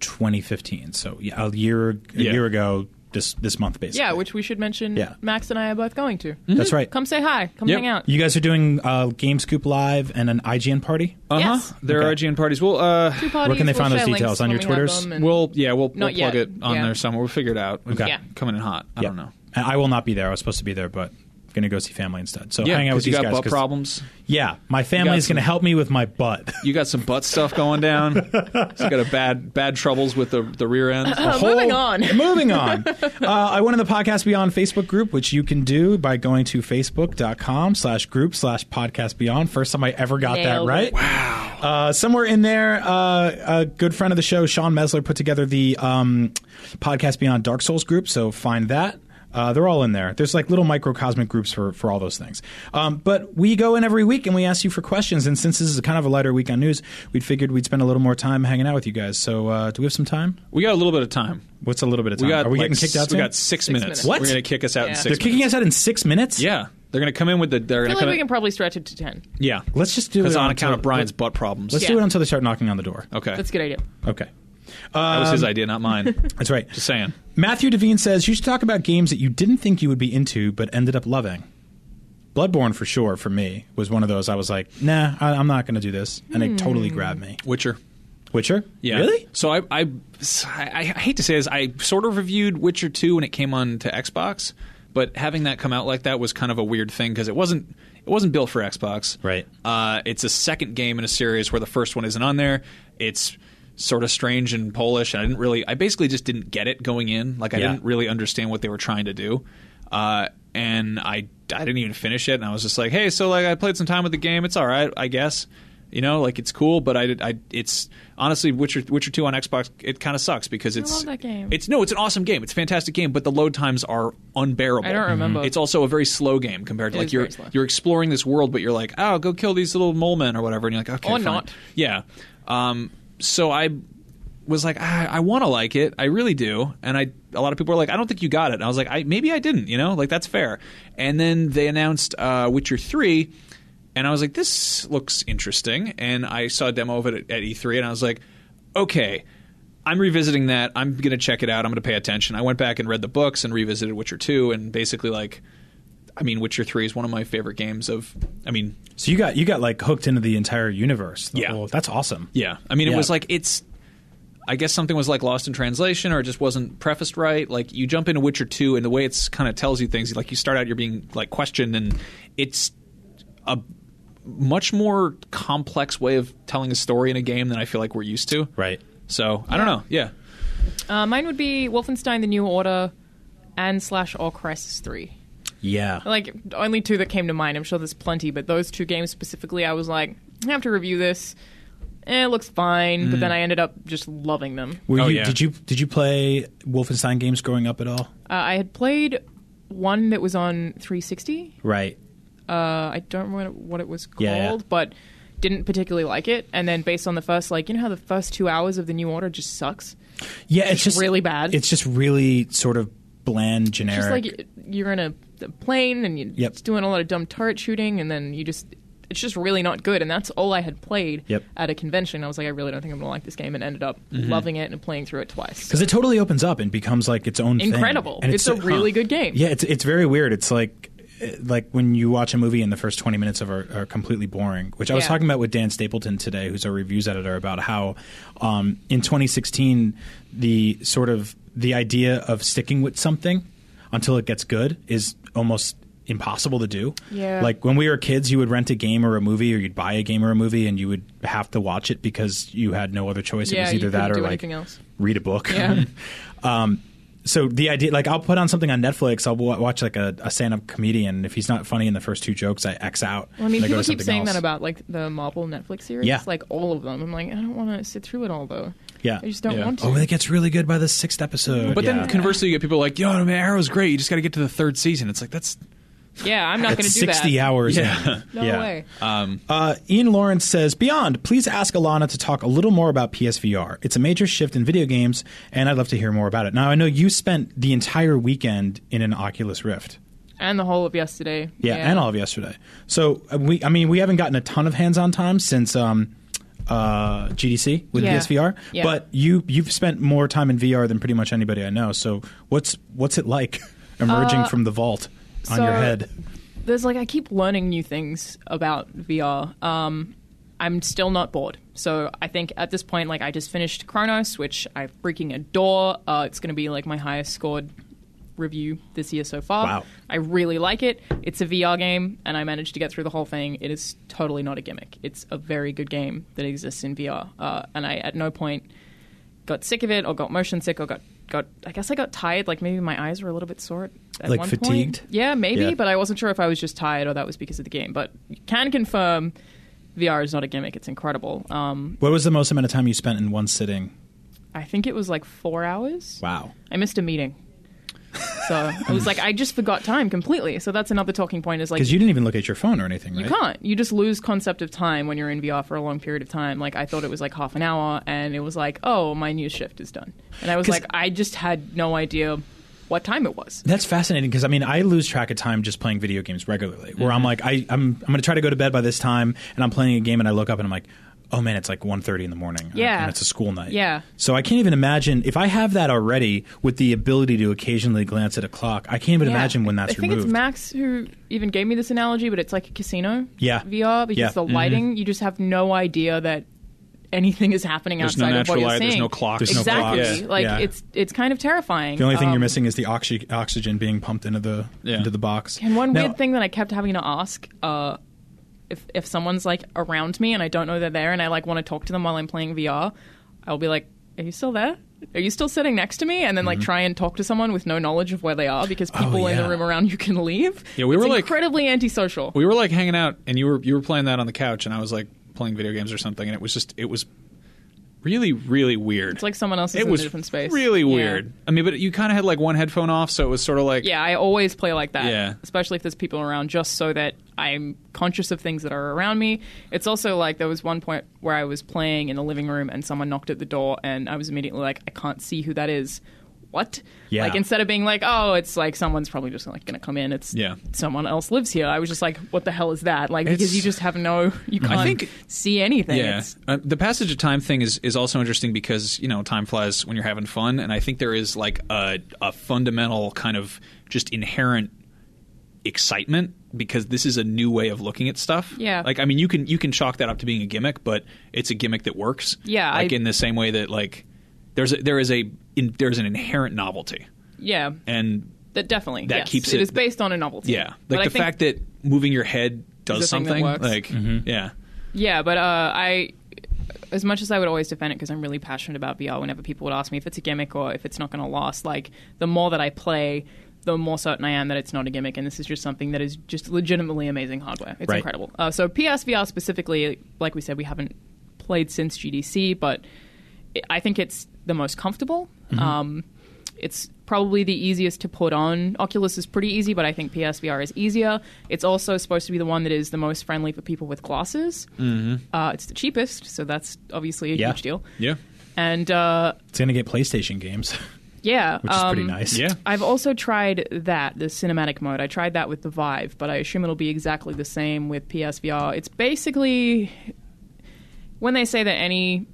[SPEAKER 1] 2015. So yeah, a year a
[SPEAKER 3] Yeah.
[SPEAKER 1] year ago, this this month, basically.
[SPEAKER 4] Yeah, which we should mention.
[SPEAKER 1] Yeah.
[SPEAKER 4] Max and I are both going to. Mm-hmm.
[SPEAKER 1] that's right.
[SPEAKER 4] Come say hi. Come
[SPEAKER 3] Yep.
[SPEAKER 4] hang out.
[SPEAKER 1] You guys are doing uh, Game Scoop Live and an IGN party.
[SPEAKER 3] Uh huh.
[SPEAKER 4] Yes.
[SPEAKER 3] There are
[SPEAKER 1] Okay.
[SPEAKER 3] IGN parties. We'll uh,
[SPEAKER 4] Two parties,
[SPEAKER 1] Where can they
[SPEAKER 4] we'll
[SPEAKER 1] find those
[SPEAKER 4] share links
[SPEAKER 1] details? On
[SPEAKER 4] when
[SPEAKER 1] your
[SPEAKER 4] we have
[SPEAKER 1] Twitters?
[SPEAKER 4] them and-
[SPEAKER 3] we'll yeah we'll, we'll
[SPEAKER 4] Not yet.
[SPEAKER 3] plug it on
[SPEAKER 4] Yeah.
[SPEAKER 3] there somewhere. We'll figure it out. We've
[SPEAKER 1] Okay.
[SPEAKER 4] Yeah.
[SPEAKER 3] coming in hot. I
[SPEAKER 1] Yeah.
[SPEAKER 3] don't know.
[SPEAKER 1] And I will not be there. I was supposed to be there, but I'm gonna go see family instead. So
[SPEAKER 3] Yeah,
[SPEAKER 1] hang out
[SPEAKER 3] 'cause
[SPEAKER 1] with
[SPEAKER 3] you
[SPEAKER 1] these
[SPEAKER 3] got
[SPEAKER 1] guys.
[SPEAKER 3] butt
[SPEAKER 1] 'cause-
[SPEAKER 3] problems.
[SPEAKER 1] Yeah, my family is
[SPEAKER 3] some-
[SPEAKER 1] gonna help me with my butt.
[SPEAKER 3] You got some butt stuff going down. so you got a bad bad troubles with the the rear end.
[SPEAKER 4] Uh, moving on.
[SPEAKER 1] moving on. Uh, I went in the Podcast Beyond Facebook group, which you can do by going to facebook.com slash group slash podcast beyond. First time I ever got
[SPEAKER 4] Nailed
[SPEAKER 1] that right.
[SPEAKER 4] it.
[SPEAKER 1] Wow. Uh, somewhere in there, uh, a good friend of the show, Sean Mesler, put together the um, Podcast Beyond Dark Souls group, so find that. Uh, they're all in there. There's like little microcosmic groups for, for all those things. Um, but we go in every week and we ask you for questions. And since this is kind of a lighter week on news, we figured we'd spend a little more time hanging out with you guys. So uh, do we have some time?
[SPEAKER 3] We got a little bit of time.
[SPEAKER 1] What's a little bit of time?
[SPEAKER 3] We got
[SPEAKER 1] Are we
[SPEAKER 3] like,
[SPEAKER 1] getting kicked
[SPEAKER 3] s-
[SPEAKER 1] out?
[SPEAKER 3] We
[SPEAKER 1] soon?
[SPEAKER 3] got six, minutes.
[SPEAKER 4] minutes.
[SPEAKER 1] What?
[SPEAKER 3] We're gonna kick us out in
[SPEAKER 4] Yeah.
[SPEAKER 3] 6
[SPEAKER 1] They're
[SPEAKER 3] minutes.
[SPEAKER 1] kicking us out in six minutes.
[SPEAKER 3] Yeah, they're gonna come in with the. They're gonna
[SPEAKER 4] I feel
[SPEAKER 3] come
[SPEAKER 4] like we
[SPEAKER 3] in.
[SPEAKER 4] can probably stretch it to 10.
[SPEAKER 3] yeah,
[SPEAKER 1] Let's just do it
[SPEAKER 3] because on
[SPEAKER 1] until-
[SPEAKER 3] account of Brian's butt problems.
[SPEAKER 1] Let's
[SPEAKER 4] Yeah.
[SPEAKER 1] do it until they start knocking on the door.
[SPEAKER 3] Okay,
[SPEAKER 4] That's a good idea.
[SPEAKER 1] Okay,
[SPEAKER 3] that was
[SPEAKER 1] Um,
[SPEAKER 3] his idea, not mine.
[SPEAKER 1] that's right.
[SPEAKER 3] Just saying.
[SPEAKER 1] Matthew Devine says you should talk about games that you didn't think you would be into but ended up loving. Bloodborne for sure for me was one of those. I was like, nah, I, I'm not going to do this, and it totally grabbed me.
[SPEAKER 3] Witcher.
[SPEAKER 1] Witcher,
[SPEAKER 3] Yeah.
[SPEAKER 1] really?
[SPEAKER 3] So I, I, I hate to say this, I sort of reviewed Witcher 2 when it came on to Xbox, but having that come out like that was kind of a weird thing because it wasn't it wasn't built for Xbox.
[SPEAKER 1] Right.
[SPEAKER 3] Uh, it's a second game in a series where the first one isn't on there. It's sort of strange in Polish, and I didn't really, I basically just didn't get it going in. Like I
[SPEAKER 1] Yeah.
[SPEAKER 3] didn't really understand what they were trying to do. Uh, and I, I didn't even finish it, and I was just like, hey, so like I played some time with the game. It's all right, I guess. You know, like it's cool, but I, did- I it's honestly Witcher Witcher Two on Xbox. It kind of sucks because it's
[SPEAKER 4] love that game.
[SPEAKER 3] It's no, it's an awesome game. It's a fantastic game, but the load times are unbearable.
[SPEAKER 4] I don't remember.
[SPEAKER 3] It's also a very slow game compared to
[SPEAKER 4] It
[SPEAKER 3] like
[SPEAKER 4] is
[SPEAKER 3] you're
[SPEAKER 4] very slow.
[SPEAKER 3] you're exploring this world, but you're like, oh, go kill these little mole men or whatever, and you're like, okay,
[SPEAKER 4] Or
[SPEAKER 3] fine.
[SPEAKER 4] not.
[SPEAKER 3] Yeah. Um. So I was like, I, I want to like it. I really do. And I, a lot of people were like, I don't think you got it. And I was like, I maybe I didn't. You know, like that's fair. And then they announced uh, Witcher three, and I was like, this looks interesting. And I saw a demo of it at, at E3, and I was like, okay. I'm revisiting that. I'm going to check it out. I'm going to pay attention. I went back and read the books and revisited Witcher 2 and basically like I mean Witcher 3 is one of my favorite games of I mean
[SPEAKER 1] So you got you got like hooked into the entire universe. The
[SPEAKER 3] Yeah.
[SPEAKER 1] whole- that's awesome.
[SPEAKER 3] Yeah, I mean, it
[SPEAKER 1] Yeah.
[SPEAKER 3] was like it's. I guess something was like lost in translation, or it just wasn't prefaced right. Like you jump into Witcher Two, and the way it's kind of tells you things, like you start out, you're being like questioned, and it's a much more complex way of telling a story in a game than I feel like we're used to.
[SPEAKER 1] Right.
[SPEAKER 3] So I don't know. Yeah.
[SPEAKER 4] Uh, mine would be Wolfenstein: The New Order and slash or Crisis Three.
[SPEAKER 1] Yeah.
[SPEAKER 4] Like only two that came to mind. I'm sure there's plenty, but those two games specifically, I was like, I have to review this. Eh, it looks fine,
[SPEAKER 1] Mm.
[SPEAKER 4] but then I ended up just loving them.
[SPEAKER 1] Were
[SPEAKER 3] Oh,
[SPEAKER 1] you,
[SPEAKER 3] yeah.
[SPEAKER 1] Did you did you play Wolfenstein games growing up at all?
[SPEAKER 4] Uh, I had played one that was on 360.
[SPEAKER 1] Right.
[SPEAKER 4] Uh, I don't remember what it was called,
[SPEAKER 1] Yeah, yeah.
[SPEAKER 4] but didn't particularly like it. And then based on the first, like you know how the first two hours of the New Order just sucks.
[SPEAKER 1] Yeah, it's
[SPEAKER 4] Just
[SPEAKER 1] just
[SPEAKER 4] really bad.
[SPEAKER 1] It's just really sort of bland, generic.
[SPEAKER 4] just like y- you're in a, a plane and you're
[SPEAKER 1] Yep.
[SPEAKER 4] just doing a lot of dumb turret shooting, and then you just it's just really not good. And that's all I had played
[SPEAKER 1] Yep. Mm-hmm.
[SPEAKER 4] at a convention. I was like, I really don't think I'm gonna like this game, and ended up loving it and playing through it twice.
[SPEAKER 1] because it totally opens up and becomes like its own thing.
[SPEAKER 4] Incredible!
[SPEAKER 1] And
[SPEAKER 4] It's, a really good game.
[SPEAKER 1] yeah. It's it's very weird. It's like eh, like when you watch a movie and the first 20 minutes of are, are completely boring which i was
[SPEAKER 4] Yeah.
[SPEAKER 1] talking about with dan stapleton today who's our reviews editor about how um, in 2016 the sort of the idea of sticking with something until it gets good is almost impossible to do
[SPEAKER 4] Yeah.
[SPEAKER 1] like when we were kids, you would rent a game or a movie, or you'd buy a game or a movie, and you would have to watch it because you had no other choice.
[SPEAKER 4] Yeah,
[SPEAKER 1] it was
[SPEAKER 4] you
[SPEAKER 1] either that
[SPEAKER 4] couldn't
[SPEAKER 1] or
[SPEAKER 4] do
[SPEAKER 1] like
[SPEAKER 4] anything else.
[SPEAKER 1] read a book.
[SPEAKER 4] Yeah.
[SPEAKER 1] um, so the idea, like, I'll put on something on Netflix. I'll wa- watch like a, a stand-up comedian. If he's not funny in the first two jokes, I X out.
[SPEAKER 4] Well, I mean,
[SPEAKER 1] and go
[SPEAKER 4] people
[SPEAKER 1] to
[SPEAKER 4] keep
[SPEAKER 1] something
[SPEAKER 4] saying
[SPEAKER 1] else.
[SPEAKER 4] that about like the Marvel Netflix series,
[SPEAKER 1] Yeah.
[SPEAKER 4] like all of them. I'm like, I don't want to sit through it all though.
[SPEAKER 1] Yeah.
[SPEAKER 4] I just don't
[SPEAKER 3] Yeah.
[SPEAKER 4] want to.
[SPEAKER 1] Oh, it gets really good by the sixth episode.
[SPEAKER 3] But
[SPEAKER 1] Yeah.
[SPEAKER 3] then conversely, you get people like, "Yo, I mean, Arrow's great. You just got to get to the third season." It's like that's
[SPEAKER 4] yeah, I'm not going
[SPEAKER 1] It's
[SPEAKER 4] to do that.
[SPEAKER 1] 60 hours.
[SPEAKER 3] Yeah.
[SPEAKER 1] in.
[SPEAKER 4] No
[SPEAKER 1] Yeah.
[SPEAKER 4] way.
[SPEAKER 1] Uh, Ian Lawrence says, Beyond, please ask Alana to talk a little more about PSVR. It's a major shift in video games, and I'd love to hear more about it. Now, I know you spent the entire weekend in an Oculus Rift.
[SPEAKER 4] and the whole of yesterday.
[SPEAKER 1] Yeah, and all of yesterday. So, uh, we, I mean, we haven't gotten a ton of hands on time since um, uh, GDC with
[SPEAKER 4] Yeah.
[SPEAKER 1] PSVR,
[SPEAKER 4] Yeah.
[SPEAKER 1] but you you've spent more time in VR than pretty much anybody I know. So what's what's it like emerging from the vault on
[SPEAKER 4] Uh, so-
[SPEAKER 1] your head?
[SPEAKER 4] there's like I keep learning new things about VR. Um, I'm still not bored. So I think at this point, like I just finished Chronos, which I freaking adore. Uh, it's going to be like my highest scored review this year so far.
[SPEAKER 1] Wow.
[SPEAKER 4] I really like it. It's a VR game, and I managed to get through the whole thing. It is totally not a gimmick. It's a very good game that exists in VR, uh, and I at no point got sick of it or got motion sick or got got I guess I got tired. Like maybe my eyes were a little bit sore. At
[SPEAKER 1] Like
[SPEAKER 4] one
[SPEAKER 1] fatigued?
[SPEAKER 4] Point. Yeah, maybe,
[SPEAKER 1] Yeah.
[SPEAKER 4] but I wasn't sure if I was just tired or that was because of the game. But can confirm, VR is not a gimmick. It's incredible. Um,
[SPEAKER 1] What was the most amount of time you spent in one sitting?
[SPEAKER 4] I think it was like four hours.
[SPEAKER 1] Wow.
[SPEAKER 4] I missed a meeting. So it was like I just forgot time completely. So that's another talking point is like
[SPEAKER 1] Because you didn't even look at your phone or anything, right?
[SPEAKER 4] You can't. You just lose concept of time when you're in VR for a long period of time. Like I thought it was like half an hour, and it was like, oh, my news shift is done, and I was
[SPEAKER 1] 'Cause-
[SPEAKER 4] like, I just had no idea what time it was.
[SPEAKER 1] That's fascinating because I mean I lose track of time just playing video games regularly. Where
[SPEAKER 4] Mm-hmm.
[SPEAKER 1] I'm like I, I'm I'm going to try to go to bed by this time, and I'm playing a game, and I look up and I'm like, oh man, it's like 1.30 in the morning. and-
[SPEAKER 4] Yeah.
[SPEAKER 1] and it's a school night.
[SPEAKER 4] Yeah.
[SPEAKER 1] So I can't even imagine if I have that already with the ability to occasionally glance at a clock. I can't even
[SPEAKER 4] Yeah.
[SPEAKER 1] imagine when that's
[SPEAKER 4] I think
[SPEAKER 1] removed.
[SPEAKER 4] it's Max who even gave me this analogy, but it's like a casino.
[SPEAKER 1] Yeah.
[SPEAKER 4] VR because
[SPEAKER 1] Yeah. Mm-hmm.
[SPEAKER 4] the lighting, you just have no idea that anything is happening
[SPEAKER 3] There's no
[SPEAKER 4] outside of what
[SPEAKER 3] natural
[SPEAKER 4] you're
[SPEAKER 3] light,
[SPEAKER 4] seeing.
[SPEAKER 3] there's no clock.
[SPEAKER 1] There's no
[SPEAKER 4] exactly.
[SPEAKER 1] clocks. Yeah.
[SPEAKER 4] Like
[SPEAKER 1] Yeah.
[SPEAKER 4] it's it's kind of terrifying.
[SPEAKER 1] the only thing you're
[SPEAKER 4] Um,
[SPEAKER 1] missing is the oxy- oxygen being pumped into the
[SPEAKER 3] Yeah.
[SPEAKER 1] into the box.
[SPEAKER 4] And one
[SPEAKER 1] Now-
[SPEAKER 4] weird thing that I kept having to ask, uh, if if someone's like around me and I don't know they're there, and I like want to talk to them while I'm playing VR, I'll be like, "Are you still there? Are you still sitting next to me?" And then like
[SPEAKER 3] Mm-hmm.
[SPEAKER 4] try and talk to someone with no knowledge of where they are because people in
[SPEAKER 1] yeah.
[SPEAKER 4] the room around you can leave.
[SPEAKER 3] Oh, Yeah, we
[SPEAKER 4] It's
[SPEAKER 3] were, like-
[SPEAKER 4] incredibly antisocial.
[SPEAKER 3] we were like hanging out and you were you were playing that on the couch and I was like playing video games or something and it was just it was really really weird.
[SPEAKER 4] It's like someone else is
[SPEAKER 3] it
[SPEAKER 4] in
[SPEAKER 3] was
[SPEAKER 4] a different space.
[SPEAKER 3] Really
[SPEAKER 4] Yeah.
[SPEAKER 3] weird. I mean, but you kind of had like one headphone off, so it was sort of like
[SPEAKER 4] Yeah, I always play like that.
[SPEAKER 3] Yeah.
[SPEAKER 4] Especially if there's people around, just so that I'm conscious of things that are around me. It's also like there was one point where I was playing in the living room and someone knocked at the door, and I was immediately like, I can't see who that is. What?
[SPEAKER 1] Yeah.
[SPEAKER 4] Like instead of being like, oh, it's like someone's probably just like going to come in. It's
[SPEAKER 3] Yeah.
[SPEAKER 4] someone else lives here. I was just like, what the hell is that? Like
[SPEAKER 3] It's-
[SPEAKER 4] because you just have no, you can't
[SPEAKER 3] think-
[SPEAKER 4] see anything.
[SPEAKER 3] Yeah,
[SPEAKER 4] It's-
[SPEAKER 3] uh, the passage of time thing is is also interesting because you know time flies when you're having fun, and I think there is like a a fundamental kind of just inherent excitement because this is a new way of looking at stuff.
[SPEAKER 4] Yeah.
[SPEAKER 3] like I mean, you can you can chalk that up to being a gimmick, but it's a gimmick that works.
[SPEAKER 4] Yeah,
[SPEAKER 3] like
[SPEAKER 4] I-
[SPEAKER 3] in the same way that like there's a, there is a in, there's an inherent novelty,
[SPEAKER 4] yeah.
[SPEAKER 3] and
[SPEAKER 4] That definitely
[SPEAKER 3] that
[SPEAKER 4] yes.
[SPEAKER 3] keeps it-
[SPEAKER 4] it is based on a novelty.
[SPEAKER 3] yeah,
[SPEAKER 4] But I
[SPEAKER 3] like the
[SPEAKER 4] think
[SPEAKER 3] fact that moving your head does
[SPEAKER 4] a thing that
[SPEAKER 3] something,
[SPEAKER 4] works.
[SPEAKER 3] like yeah,
[SPEAKER 4] Yeah, but uh, I, as much as I would always defend it because I'm really passionate about VR, whenever people would ask me if it's a gimmick or if it's not going to last, like the more that I play, the more certain I am that it's not a gimmick, and this is just something that is just legitimately amazing hardware. It's
[SPEAKER 1] Right.
[SPEAKER 4] incredible. Uh, so PSVR specifically, like we said, we haven't played since GDC, but it- I think it's the most comfortable. Um, it's probably the easiest to put on. Oculus is pretty easy, but I think PSVR is easier. It's also supposed to be the one that is the most friendly for people with glasses. Uh, it's the cheapest, so that's obviously a
[SPEAKER 1] Mm-hmm. Yeah.
[SPEAKER 4] huge deal.
[SPEAKER 3] yeah,
[SPEAKER 4] And uh,
[SPEAKER 1] It's going to get PlayStation games,
[SPEAKER 4] yeah,
[SPEAKER 1] which is pretty
[SPEAKER 4] um,
[SPEAKER 1] nice.
[SPEAKER 3] yeah.
[SPEAKER 4] I've also tried that, the cinematic mode. I tried that with the Vive, but I assume it'll be exactly the same with PSVR. It's basically when they say that any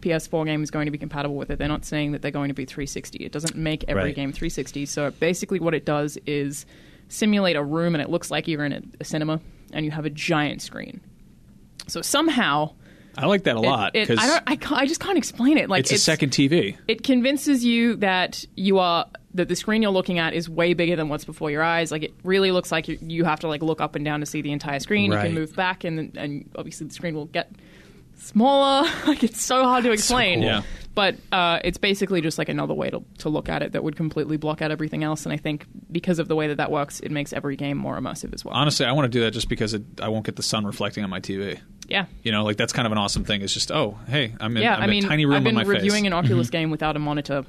[SPEAKER 4] PS4 game is going to be compatible with it, they're not saying that they're going to be 360. It doesn't make every
[SPEAKER 1] Right.
[SPEAKER 4] game 360. So basically, what it does is simulate a room, and it looks like you're in a, a cinema and you have a giant screen. So somehow,
[SPEAKER 3] I like that a
[SPEAKER 4] it-
[SPEAKER 3] lot
[SPEAKER 4] it- I don't, I, can't, I just can't explain it. Like
[SPEAKER 3] it's a second TV.
[SPEAKER 4] it convinces you that you are that the screen you're looking at is way bigger than what's before your eyes. Like it really looks like you, you have to like look up and down to see the entire screen. You
[SPEAKER 1] Right.
[SPEAKER 4] can move back, and and obviously the screen will get smaller. like it's so hard to explain.
[SPEAKER 3] cool. Yeah.
[SPEAKER 4] But uh, it's basically just like another way to, to look at it that would completely block out everything else. And I think because of the way that that works, it makes every game more immersive as well.
[SPEAKER 3] honestly, I want to do that just because it, I won't get the sun reflecting on my TV.
[SPEAKER 4] yeah.
[SPEAKER 3] You know, like that's kind of an awesome thing. It's just, oh, hey, I'm in,
[SPEAKER 4] Yeah.
[SPEAKER 3] I'm
[SPEAKER 4] I mean,
[SPEAKER 3] in a tiny room
[SPEAKER 4] I've been
[SPEAKER 3] with my
[SPEAKER 4] reviewing
[SPEAKER 3] face. Mm-hmm.
[SPEAKER 4] an Oculus game without a monitor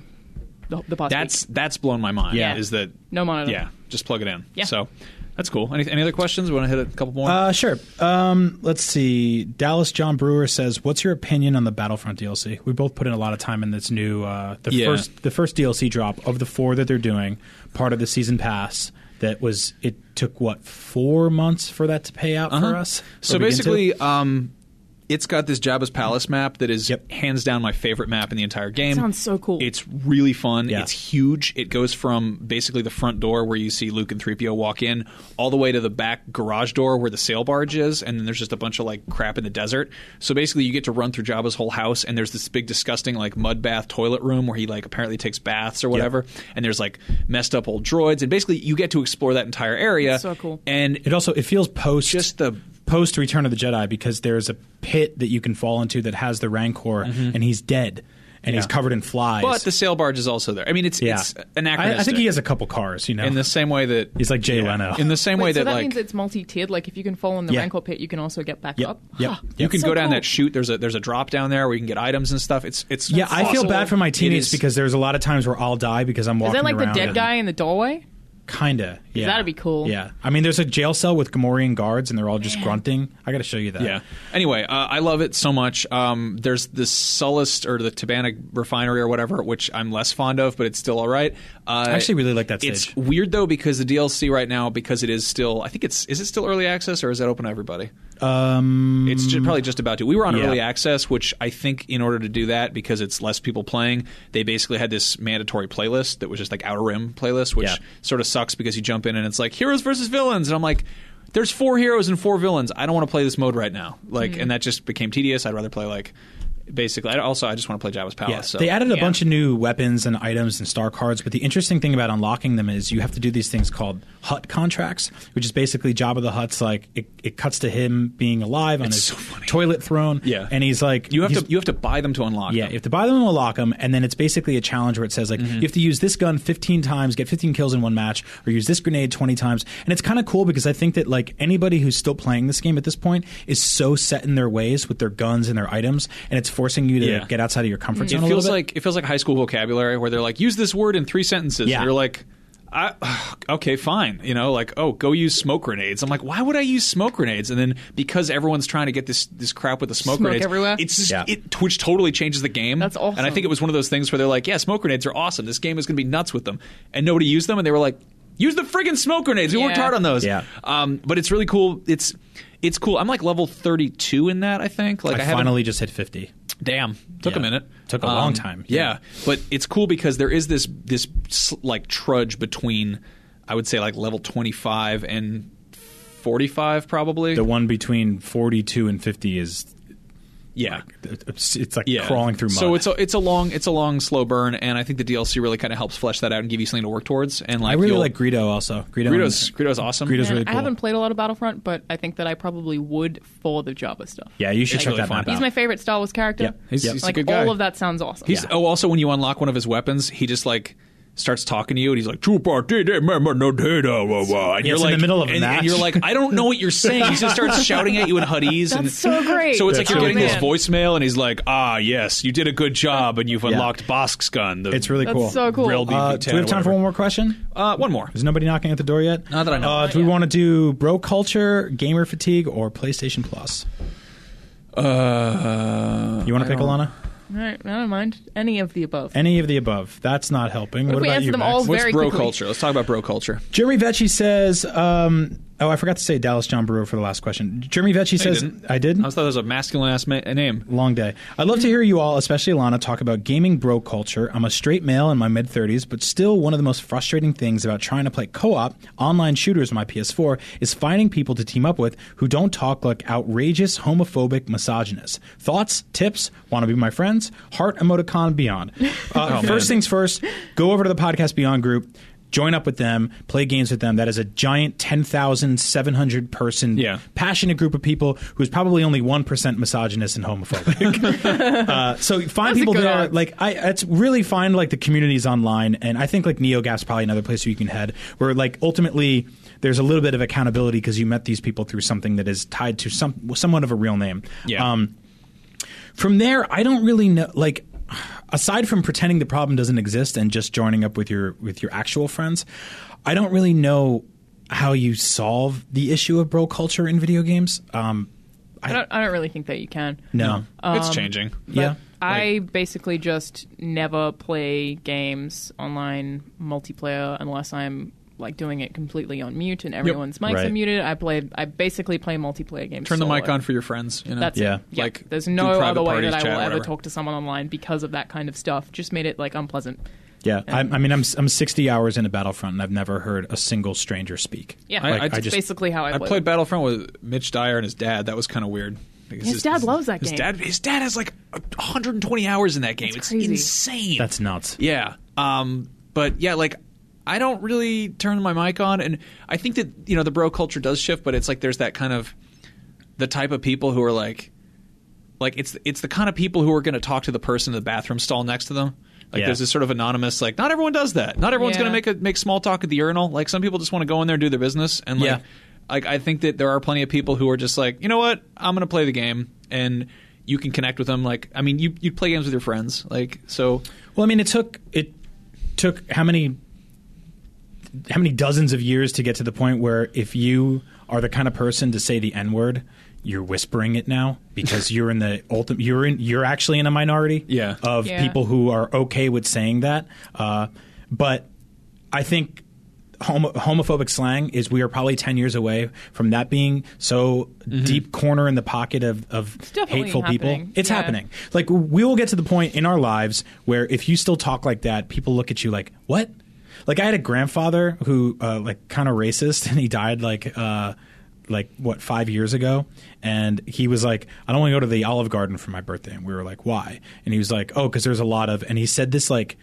[SPEAKER 4] the, the past
[SPEAKER 3] that's
[SPEAKER 4] week.
[SPEAKER 3] that's blown my mind.
[SPEAKER 4] Yeah.
[SPEAKER 3] is that
[SPEAKER 4] No monitor.
[SPEAKER 3] Yeah, just plug it in.
[SPEAKER 4] Yeah.
[SPEAKER 3] So that's cool. Any, any other questions? We want to hit a couple more.
[SPEAKER 1] Uh, sure. Um, let's see. Dallas John Brewer says, "What's your opinion on the Battlefront DLC? We both put in a lot of time in this new uh, the
[SPEAKER 3] Yeah.
[SPEAKER 1] first the first DLC drop of the four that they're doing, part of the season pass. That was it took what four months for that to pay out
[SPEAKER 3] Uh-huh.
[SPEAKER 1] for us.
[SPEAKER 3] So
[SPEAKER 1] Or begin to?
[SPEAKER 3] basically, um, it's got this Jabba's Palace map that is
[SPEAKER 1] Yep.
[SPEAKER 3] hands down my favorite map in the entire game.
[SPEAKER 4] sounds so cool.
[SPEAKER 3] It's really fun.
[SPEAKER 1] Yeah.
[SPEAKER 3] It's huge. It goes from basically the front door where you see Luke and 3PO walk in all the way to the back garage door where the sail barge is and then there's just a bunch of like crap in the desert. So basically you get to run through Jabba's whole house and there's this big disgusting like mud bath toilet room where he like apparently takes baths or whatever and there's like messed up old droids and basically you get to explore that entire area.
[SPEAKER 4] That's so cool.
[SPEAKER 3] And
[SPEAKER 1] It also it feels post
[SPEAKER 3] just the
[SPEAKER 1] post Return of the Jedi because there's a pit that you can fall into that has the Rancor and he's dead and he's
[SPEAKER 3] Mm-hmm. Yeah.
[SPEAKER 1] covered in flies.
[SPEAKER 3] but the sail barge is also there. I mean it's
[SPEAKER 1] yeah,
[SPEAKER 3] it's
[SPEAKER 1] I,
[SPEAKER 3] anachronistic.
[SPEAKER 1] I think he has a couple cars. You know,
[SPEAKER 3] in the same way that
[SPEAKER 1] he's like Jay Leno.
[SPEAKER 3] in the same way
[SPEAKER 4] Wait, so
[SPEAKER 3] that,
[SPEAKER 4] that
[SPEAKER 3] like
[SPEAKER 4] means it's multi-tiered. Like if you can fall in the
[SPEAKER 1] Yeah.
[SPEAKER 4] rancor pit, you can also get back
[SPEAKER 1] yep,
[SPEAKER 4] up.
[SPEAKER 1] yep,
[SPEAKER 4] Huh.
[SPEAKER 1] yep.
[SPEAKER 3] you can
[SPEAKER 4] so
[SPEAKER 3] go down
[SPEAKER 4] cool.
[SPEAKER 3] that chute. There's a there's a drop down there where you can get items and stuff. It's it's
[SPEAKER 1] Yeah, I feel
[SPEAKER 3] awesome.
[SPEAKER 1] bad for my
[SPEAKER 3] It
[SPEAKER 1] teammates
[SPEAKER 3] is-
[SPEAKER 1] because there's a lot of times where I'll die because I'm
[SPEAKER 4] Is
[SPEAKER 1] walking
[SPEAKER 4] that like the
[SPEAKER 1] around
[SPEAKER 4] dead
[SPEAKER 1] and-
[SPEAKER 4] guy in the doorway?
[SPEAKER 1] Kinda. Yeah.
[SPEAKER 4] that'd be cool.
[SPEAKER 1] Yeah. I mean, there's a jail cell with Gamorrean guards, and they're all just grunting. I got to show you that.
[SPEAKER 3] yeah. Anyway, uh, I love it so much. Um, there's the Sullust or the Tabana refinery or whatever, which I'm less fond of, but it's still all right. Uh, I
[SPEAKER 1] actually really like that
[SPEAKER 3] It's
[SPEAKER 1] stage.
[SPEAKER 3] weird though because the DLC right now because it is still I think it's is it still early access or is that open to everybody? Um, it's ju- probably just about to. We were on
[SPEAKER 1] yeah.
[SPEAKER 3] early access, which I think in order to do that because it's less people playing, they basically had this mandatory playlist that was just like Outer Rim playlist, which
[SPEAKER 1] Yeah.
[SPEAKER 3] sort of sucks because you jump in and it's like heroes versus villains, and I'm like. There's four heroes and four villains. I don't want to play this mode right now. Like,
[SPEAKER 1] Mm-hmm.
[SPEAKER 3] and that just became tedious. I'd rather play like, basically. I also, I just want to play Jabba's Palace.
[SPEAKER 1] Yeah.
[SPEAKER 3] So.
[SPEAKER 1] they added a
[SPEAKER 4] yeah.
[SPEAKER 1] bunch of new weapons and items and star cards, but the interesting thing about unlocking them is you have to do these things called hut contracts, which is basically Jabba the Hutt's like it, it cuts to him being alive on his
[SPEAKER 3] so funny.
[SPEAKER 1] toilet throne.
[SPEAKER 3] Yeah.
[SPEAKER 1] and he's like
[SPEAKER 3] you have
[SPEAKER 1] he's-
[SPEAKER 3] to you have to buy them to unlock.
[SPEAKER 1] Yeah,
[SPEAKER 3] them.
[SPEAKER 1] you have to buy them and lock them, and then it's basically a challenge where it says like
[SPEAKER 3] Mm-hmm.
[SPEAKER 1] you have to use this gun 15 times, get 15 kills in one match, or use this grenade 20 times. And it's kind of cool because I think that like anybody who's still playing this game at this point is so set in their ways with their guns and their items, and it's forcing you to
[SPEAKER 3] Yeah.
[SPEAKER 1] get outside of your comfort zone.
[SPEAKER 3] It
[SPEAKER 1] a little
[SPEAKER 3] feels
[SPEAKER 1] bit.
[SPEAKER 3] like it feels like high school vocabulary where they're like, use this word in three sentences.
[SPEAKER 1] Yeah.
[SPEAKER 3] And you're like, I, okay, fine. You know, like, oh, go use smoke grenades. I'm like, why would I use smoke grenades? And then because everyone's trying to get this this crap with the smoke,
[SPEAKER 4] Smoke
[SPEAKER 3] grenades,
[SPEAKER 4] everywhere?
[SPEAKER 3] it's just,
[SPEAKER 1] Yeah.
[SPEAKER 3] it which totally changes the game.
[SPEAKER 4] That's awesome.
[SPEAKER 3] And I think it was one of those things where they're like, yeah, smoke grenades are awesome. This game is going to be nuts with them, and nobody used them, and they were like. Use the friggin' smoke grenades. We worked
[SPEAKER 4] Yeah.
[SPEAKER 3] hard on those.
[SPEAKER 1] Yeah.
[SPEAKER 3] Um, but it's really cool. It's it's cool. I'm like level 32 in that. I think. Like I,
[SPEAKER 1] I
[SPEAKER 3] haven't-
[SPEAKER 1] finally just hit 50.
[SPEAKER 3] Damn, took a
[SPEAKER 1] Yeah.
[SPEAKER 3] minute. Um,
[SPEAKER 1] Took a long time.
[SPEAKER 3] Yeah.
[SPEAKER 1] Yeah.
[SPEAKER 3] but it's cool because there is this this s- like trudge between, I would say like level twenty five and forty five probably.
[SPEAKER 1] The one between 42 and 50 is
[SPEAKER 3] yeah,
[SPEAKER 1] it's, it's like
[SPEAKER 3] yeah,
[SPEAKER 1] crawling through mud.
[SPEAKER 3] So it's a it's a long it's a long slow burn, and I think the DLC really kind of helps flesh that out and give you something to work towards. And
[SPEAKER 1] I
[SPEAKER 3] like
[SPEAKER 1] really
[SPEAKER 3] you'll-
[SPEAKER 1] like Greedo also. Greedo
[SPEAKER 3] Greedo's
[SPEAKER 1] and-
[SPEAKER 3] Greedo's awesome.
[SPEAKER 1] Greedo's
[SPEAKER 4] Man,
[SPEAKER 1] really cool.
[SPEAKER 4] I haven't played a lot of Battlefront, but I think that I probably would for the Jabba stuff.
[SPEAKER 1] yeah, you should
[SPEAKER 4] Like,
[SPEAKER 1] check
[SPEAKER 3] really
[SPEAKER 1] that
[SPEAKER 3] fun.
[SPEAKER 1] map
[SPEAKER 4] He's
[SPEAKER 1] out.
[SPEAKER 4] my favorite Star Wars character.
[SPEAKER 1] Yep.
[SPEAKER 3] He's-
[SPEAKER 1] Yep.
[SPEAKER 3] he's a
[SPEAKER 4] like
[SPEAKER 3] good guy.
[SPEAKER 4] all of that sounds awesome.
[SPEAKER 3] He's, Oh, also when you unlock one of his weapons, he just like starts talking to you, and he's like, "Two party, de- me- me- no data, wah, wah." And
[SPEAKER 1] Yeah,
[SPEAKER 3] you're
[SPEAKER 1] it's in
[SPEAKER 3] like,
[SPEAKER 1] the middle of a
[SPEAKER 3] and, and
[SPEAKER 1] match.
[SPEAKER 3] you're like, "I don't know what you're saying." He just starts shouting at you in Huddies, and
[SPEAKER 4] That's so great.
[SPEAKER 3] So it's like
[SPEAKER 1] That's
[SPEAKER 3] you're
[SPEAKER 1] really
[SPEAKER 3] getting this
[SPEAKER 4] cool.
[SPEAKER 3] voicemail, and he's like, "Ah, yes, you did a good job, and you've unlocked Bosk's gun." The
[SPEAKER 1] It's really
[SPEAKER 4] That's
[SPEAKER 1] cool.
[SPEAKER 4] so cool.
[SPEAKER 3] Real deep.
[SPEAKER 1] Uh, do we have time for
[SPEAKER 3] whatever.
[SPEAKER 1] one more question?
[SPEAKER 3] Uh, one more.
[SPEAKER 1] Is nobody knocking at the door yet?
[SPEAKER 3] Not that I know
[SPEAKER 1] Uh,
[SPEAKER 3] of.
[SPEAKER 1] do we want to do bro culture, gamer fatigue, or PlayStation Plus?
[SPEAKER 3] Uh,
[SPEAKER 1] You want to pick Alana?
[SPEAKER 4] All right, I don't mind any of the above.
[SPEAKER 1] Any of the above. That's not helping. What,
[SPEAKER 4] if we
[SPEAKER 1] about
[SPEAKER 4] answer
[SPEAKER 1] you,
[SPEAKER 4] them
[SPEAKER 1] Max?
[SPEAKER 4] all
[SPEAKER 3] What's
[SPEAKER 4] Very
[SPEAKER 3] bro
[SPEAKER 4] quickly.
[SPEAKER 3] culture? Let's talk about bro culture.
[SPEAKER 1] Jeremy Vecchi says. Um, oh, I forgot to say Dallas John Brewer for the last question. Jeremy Vecchi says.
[SPEAKER 3] didn't.
[SPEAKER 1] I did.
[SPEAKER 3] I always thought that was a masculine ass ma- name.
[SPEAKER 1] Long day. I'd love to hear you all, especially Alana, talk about gaming bro culture. I'm a straight male in my mid 30s, but still one of the most frustrating things about trying to play co op online shooters on my PS4 is finding people to team up with who don't talk like outrageous homophobic misogynists. Thoughts, tips, want to be my friends? Heart emoticon beyond. Uh, first things first, go over to the Podcast Beyond group. Join up with them, play games with them. That is a giant 10,700 person
[SPEAKER 3] Yeah.
[SPEAKER 1] passionate group of people who's probably only 1% misogynist and homophobic. uh, so find
[SPEAKER 4] That's a
[SPEAKER 1] people
[SPEAKER 4] good
[SPEAKER 1] that are
[SPEAKER 4] odds.
[SPEAKER 1] like, I, it's really find like the communities online. And I think like NeoGAF's probably another place where you can head where like ultimately there's a little bit of accountability because you met these people through something that is tied to some, somewhat of a real name Um,
[SPEAKER 3] Yeah.
[SPEAKER 1] from there, I don't really know. Like, aside from pretending the problem doesn't exist and just joining up with your with your actual friends, I don't really know how you solve the issue of bro culture in video games. Um,
[SPEAKER 4] I don't. I don't really think that you can.
[SPEAKER 1] no,
[SPEAKER 4] Um,
[SPEAKER 3] it's changing.
[SPEAKER 4] But
[SPEAKER 1] yeah,
[SPEAKER 4] I basically just never play games online multiplayer unless I'm like doing it completely on mute and everyone's mics are
[SPEAKER 1] Right.
[SPEAKER 4] muted. I played. I basically play multiplayer games.
[SPEAKER 3] Turn the mic
[SPEAKER 4] solo.
[SPEAKER 3] on for your friends. You know?
[SPEAKER 4] That's
[SPEAKER 1] Yeah.
[SPEAKER 4] it. Yeah.
[SPEAKER 3] Like,
[SPEAKER 4] There's
[SPEAKER 3] do
[SPEAKER 4] no
[SPEAKER 3] private
[SPEAKER 4] other way
[SPEAKER 3] parties,
[SPEAKER 4] that I
[SPEAKER 3] chat,
[SPEAKER 4] will ever
[SPEAKER 3] whatever.
[SPEAKER 4] talk to someone online because of that kind of stuff. Just made it like unpleasant.
[SPEAKER 1] Yeah, I, I mean, I'm I'm 60 hours into Battlefront, and I've never heard a single stranger speak.
[SPEAKER 4] Yeah,
[SPEAKER 3] I-
[SPEAKER 4] Like,
[SPEAKER 3] I
[SPEAKER 4] that's
[SPEAKER 1] just-
[SPEAKER 4] basically how I,
[SPEAKER 3] I
[SPEAKER 4] played.
[SPEAKER 3] played Battlefront with Mitch Dyer and his dad. That was kind of weird. Because
[SPEAKER 4] His dad loves that
[SPEAKER 3] his
[SPEAKER 4] game.
[SPEAKER 3] Dad, his dad has like 120 hours in that game.
[SPEAKER 4] That's
[SPEAKER 3] it's
[SPEAKER 4] crazy.
[SPEAKER 3] insane.
[SPEAKER 1] That's nuts.
[SPEAKER 3] Yeah. Um, but yeah, like I don't really turn my mic on, and I think that you know the bro culture does shift, but it's like there's that kind of the type of people who are like, like it's it's the kind of people who are going to talk to the person in the bathroom stall next to them. Like
[SPEAKER 1] Yeah.
[SPEAKER 3] there's this sort of anonymous, like not everyone does that. Not everyone's
[SPEAKER 4] Yeah.
[SPEAKER 3] going to make a make small talk at the urinal. Like some people just want to go in there and do their business, and like
[SPEAKER 1] Yeah.
[SPEAKER 3] like I think that there are plenty of people who are just like, you know what, I'm going to play the game and. You can connect with them, like I mean, you you play games with your friends, like so.
[SPEAKER 1] Well, I mean, it took it took how many how many dozens of years to get to the point where if you are the kind of person to say the N word, you're whispering it now because you're in the ultimate. You're in. You're actually in a minority.
[SPEAKER 3] Yeah.
[SPEAKER 1] Of
[SPEAKER 4] Yeah.
[SPEAKER 1] people who are okay with saying that, uh, but I think. Homo- homophobic slang is we are probably 10 years away from that being so deep corner in the pocket of, of
[SPEAKER 4] definitely
[SPEAKER 1] hateful
[SPEAKER 4] happening.
[SPEAKER 1] people it's
[SPEAKER 4] Yeah.
[SPEAKER 1] happening like we will get to the point in our lives where if you still talk like that, people look at you like, "What?" Like I had a grandfather who uh, like kind of racist, and he died like uh, like what five years ago, and he was like, "I don't want to go to the Olive Garden for my birthday," and we were like, "Why?" And he was like, "Oh, because there's a lot of," and he said this like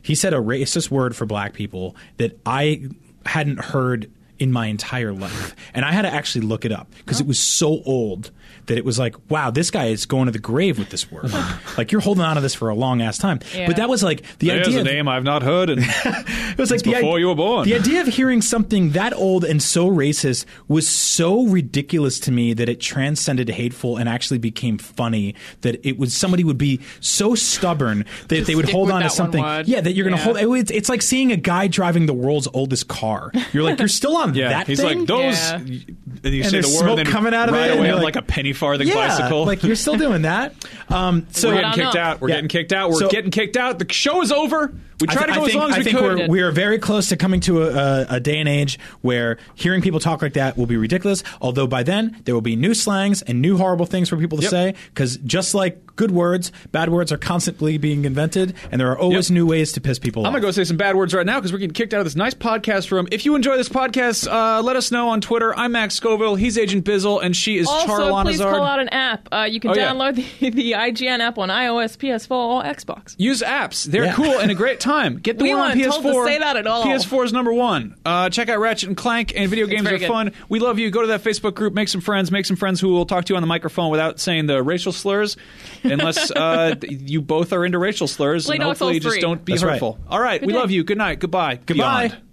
[SPEAKER 1] he said a racist word for black people that I hadn't heard in my entire life. And I had to actually look it up because it was so old that it was like, wow, this guy is going to the grave with this word. like you're holding on to this for a long ass time.
[SPEAKER 4] Yeah.
[SPEAKER 1] But that was like the
[SPEAKER 3] There's
[SPEAKER 1] idea
[SPEAKER 3] a
[SPEAKER 1] of-
[SPEAKER 3] name I've not heard, and
[SPEAKER 1] it was like the
[SPEAKER 3] before
[SPEAKER 1] i-
[SPEAKER 3] you were born.
[SPEAKER 1] The idea of hearing something that old and so racist was so ridiculous to me that it transcended hateful and actually became funny. That it was somebody would be so stubborn that they would
[SPEAKER 4] stick
[SPEAKER 1] hold
[SPEAKER 4] with
[SPEAKER 1] on to
[SPEAKER 4] that one
[SPEAKER 1] something.
[SPEAKER 4] word.
[SPEAKER 1] Yeah, that you're going to
[SPEAKER 4] Yeah.
[SPEAKER 1] hold. it- it's, it's like seeing a guy driving the world's oldest car. You're like, you're still on
[SPEAKER 3] yeah,
[SPEAKER 1] that.
[SPEAKER 3] he's
[SPEAKER 1] thing?
[SPEAKER 3] like those,
[SPEAKER 4] Yeah.
[SPEAKER 3] and you say
[SPEAKER 1] there's
[SPEAKER 3] the word,
[SPEAKER 1] smoke
[SPEAKER 3] and then
[SPEAKER 1] coming out of
[SPEAKER 3] right
[SPEAKER 1] it, and
[SPEAKER 3] away
[SPEAKER 1] you're
[SPEAKER 3] on
[SPEAKER 1] like-
[SPEAKER 3] like, a penny farthing
[SPEAKER 1] yeah,
[SPEAKER 3] bicycle.
[SPEAKER 1] like you're still doing that. Um, so
[SPEAKER 4] I
[SPEAKER 3] we're getting
[SPEAKER 4] don't
[SPEAKER 3] kicked
[SPEAKER 4] know.
[SPEAKER 3] out. We're
[SPEAKER 1] Yeah.
[SPEAKER 3] getting kicked out. We're
[SPEAKER 1] So-
[SPEAKER 3] getting kicked out. The show is over. We
[SPEAKER 1] I
[SPEAKER 3] tried
[SPEAKER 1] th-
[SPEAKER 3] to go
[SPEAKER 1] I
[SPEAKER 3] as
[SPEAKER 1] think,
[SPEAKER 3] long as
[SPEAKER 1] I
[SPEAKER 3] we
[SPEAKER 1] think
[SPEAKER 3] could.
[SPEAKER 1] We're, we are very close to coming to a, a, a day and age where hearing people talk like that will be ridiculous. Although by then there will be new slangs and new horrible things for people to
[SPEAKER 3] Yep.
[SPEAKER 1] say. Because just like good words, bad words are constantly being invented, and there are always
[SPEAKER 3] Yep.
[SPEAKER 1] new ways to piss people
[SPEAKER 3] I'm
[SPEAKER 1] off.
[SPEAKER 3] gonna go say some bad words right now because we're getting kicked out of this nice podcast room. If you enjoy this podcast, uh, let us know on Twitter. I'm Max Scoville. He's Agent Bizzle, and she is
[SPEAKER 4] Also,
[SPEAKER 3] Charlana
[SPEAKER 4] please
[SPEAKER 3] Zard.
[SPEAKER 4] call out an app. Uh, you can
[SPEAKER 3] Oh, yeah.
[SPEAKER 4] download the, the IGN app on iOS, PS4, or Xbox.
[SPEAKER 3] Use apps. They're
[SPEAKER 1] Yeah.
[SPEAKER 3] cool and a great time. Get the
[SPEAKER 4] We
[SPEAKER 3] one on
[SPEAKER 4] weren't
[SPEAKER 3] PS4.
[SPEAKER 4] told to say that at all.
[SPEAKER 3] PS4 is number one. Uh, check out Ratchet and Clank and video games
[SPEAKER 4] very
[SPEAKER 3] are
[SPEAKER 4] good.
[SPEAKER 3] fun. We love you. Go to that Facebook group. Make some friends. Make some friends who will talk to you on the microphone without saying the racial slurs, unless uh, th- you both are into racial slurs.
[SPEAKER 4] Play
[SPEAKER 3] and
[SPEAKER 4] Dark
[SPEAKER 3] hopefully,
[SPEAKER 4] Souls
[SPEAKER 3] just
[SPEAKER 4] 3.
[SPEAKER 3] don't be
[SPEAKER 1] That's right.
[SPEAKER 3] hurtful. All right, we
[SPEAKER 4] day.
[SPEAKER 3] love you. Good night. Goodbye.
[SPEAKER 1] Goodbye.
[SPEAKER 3] Beyond.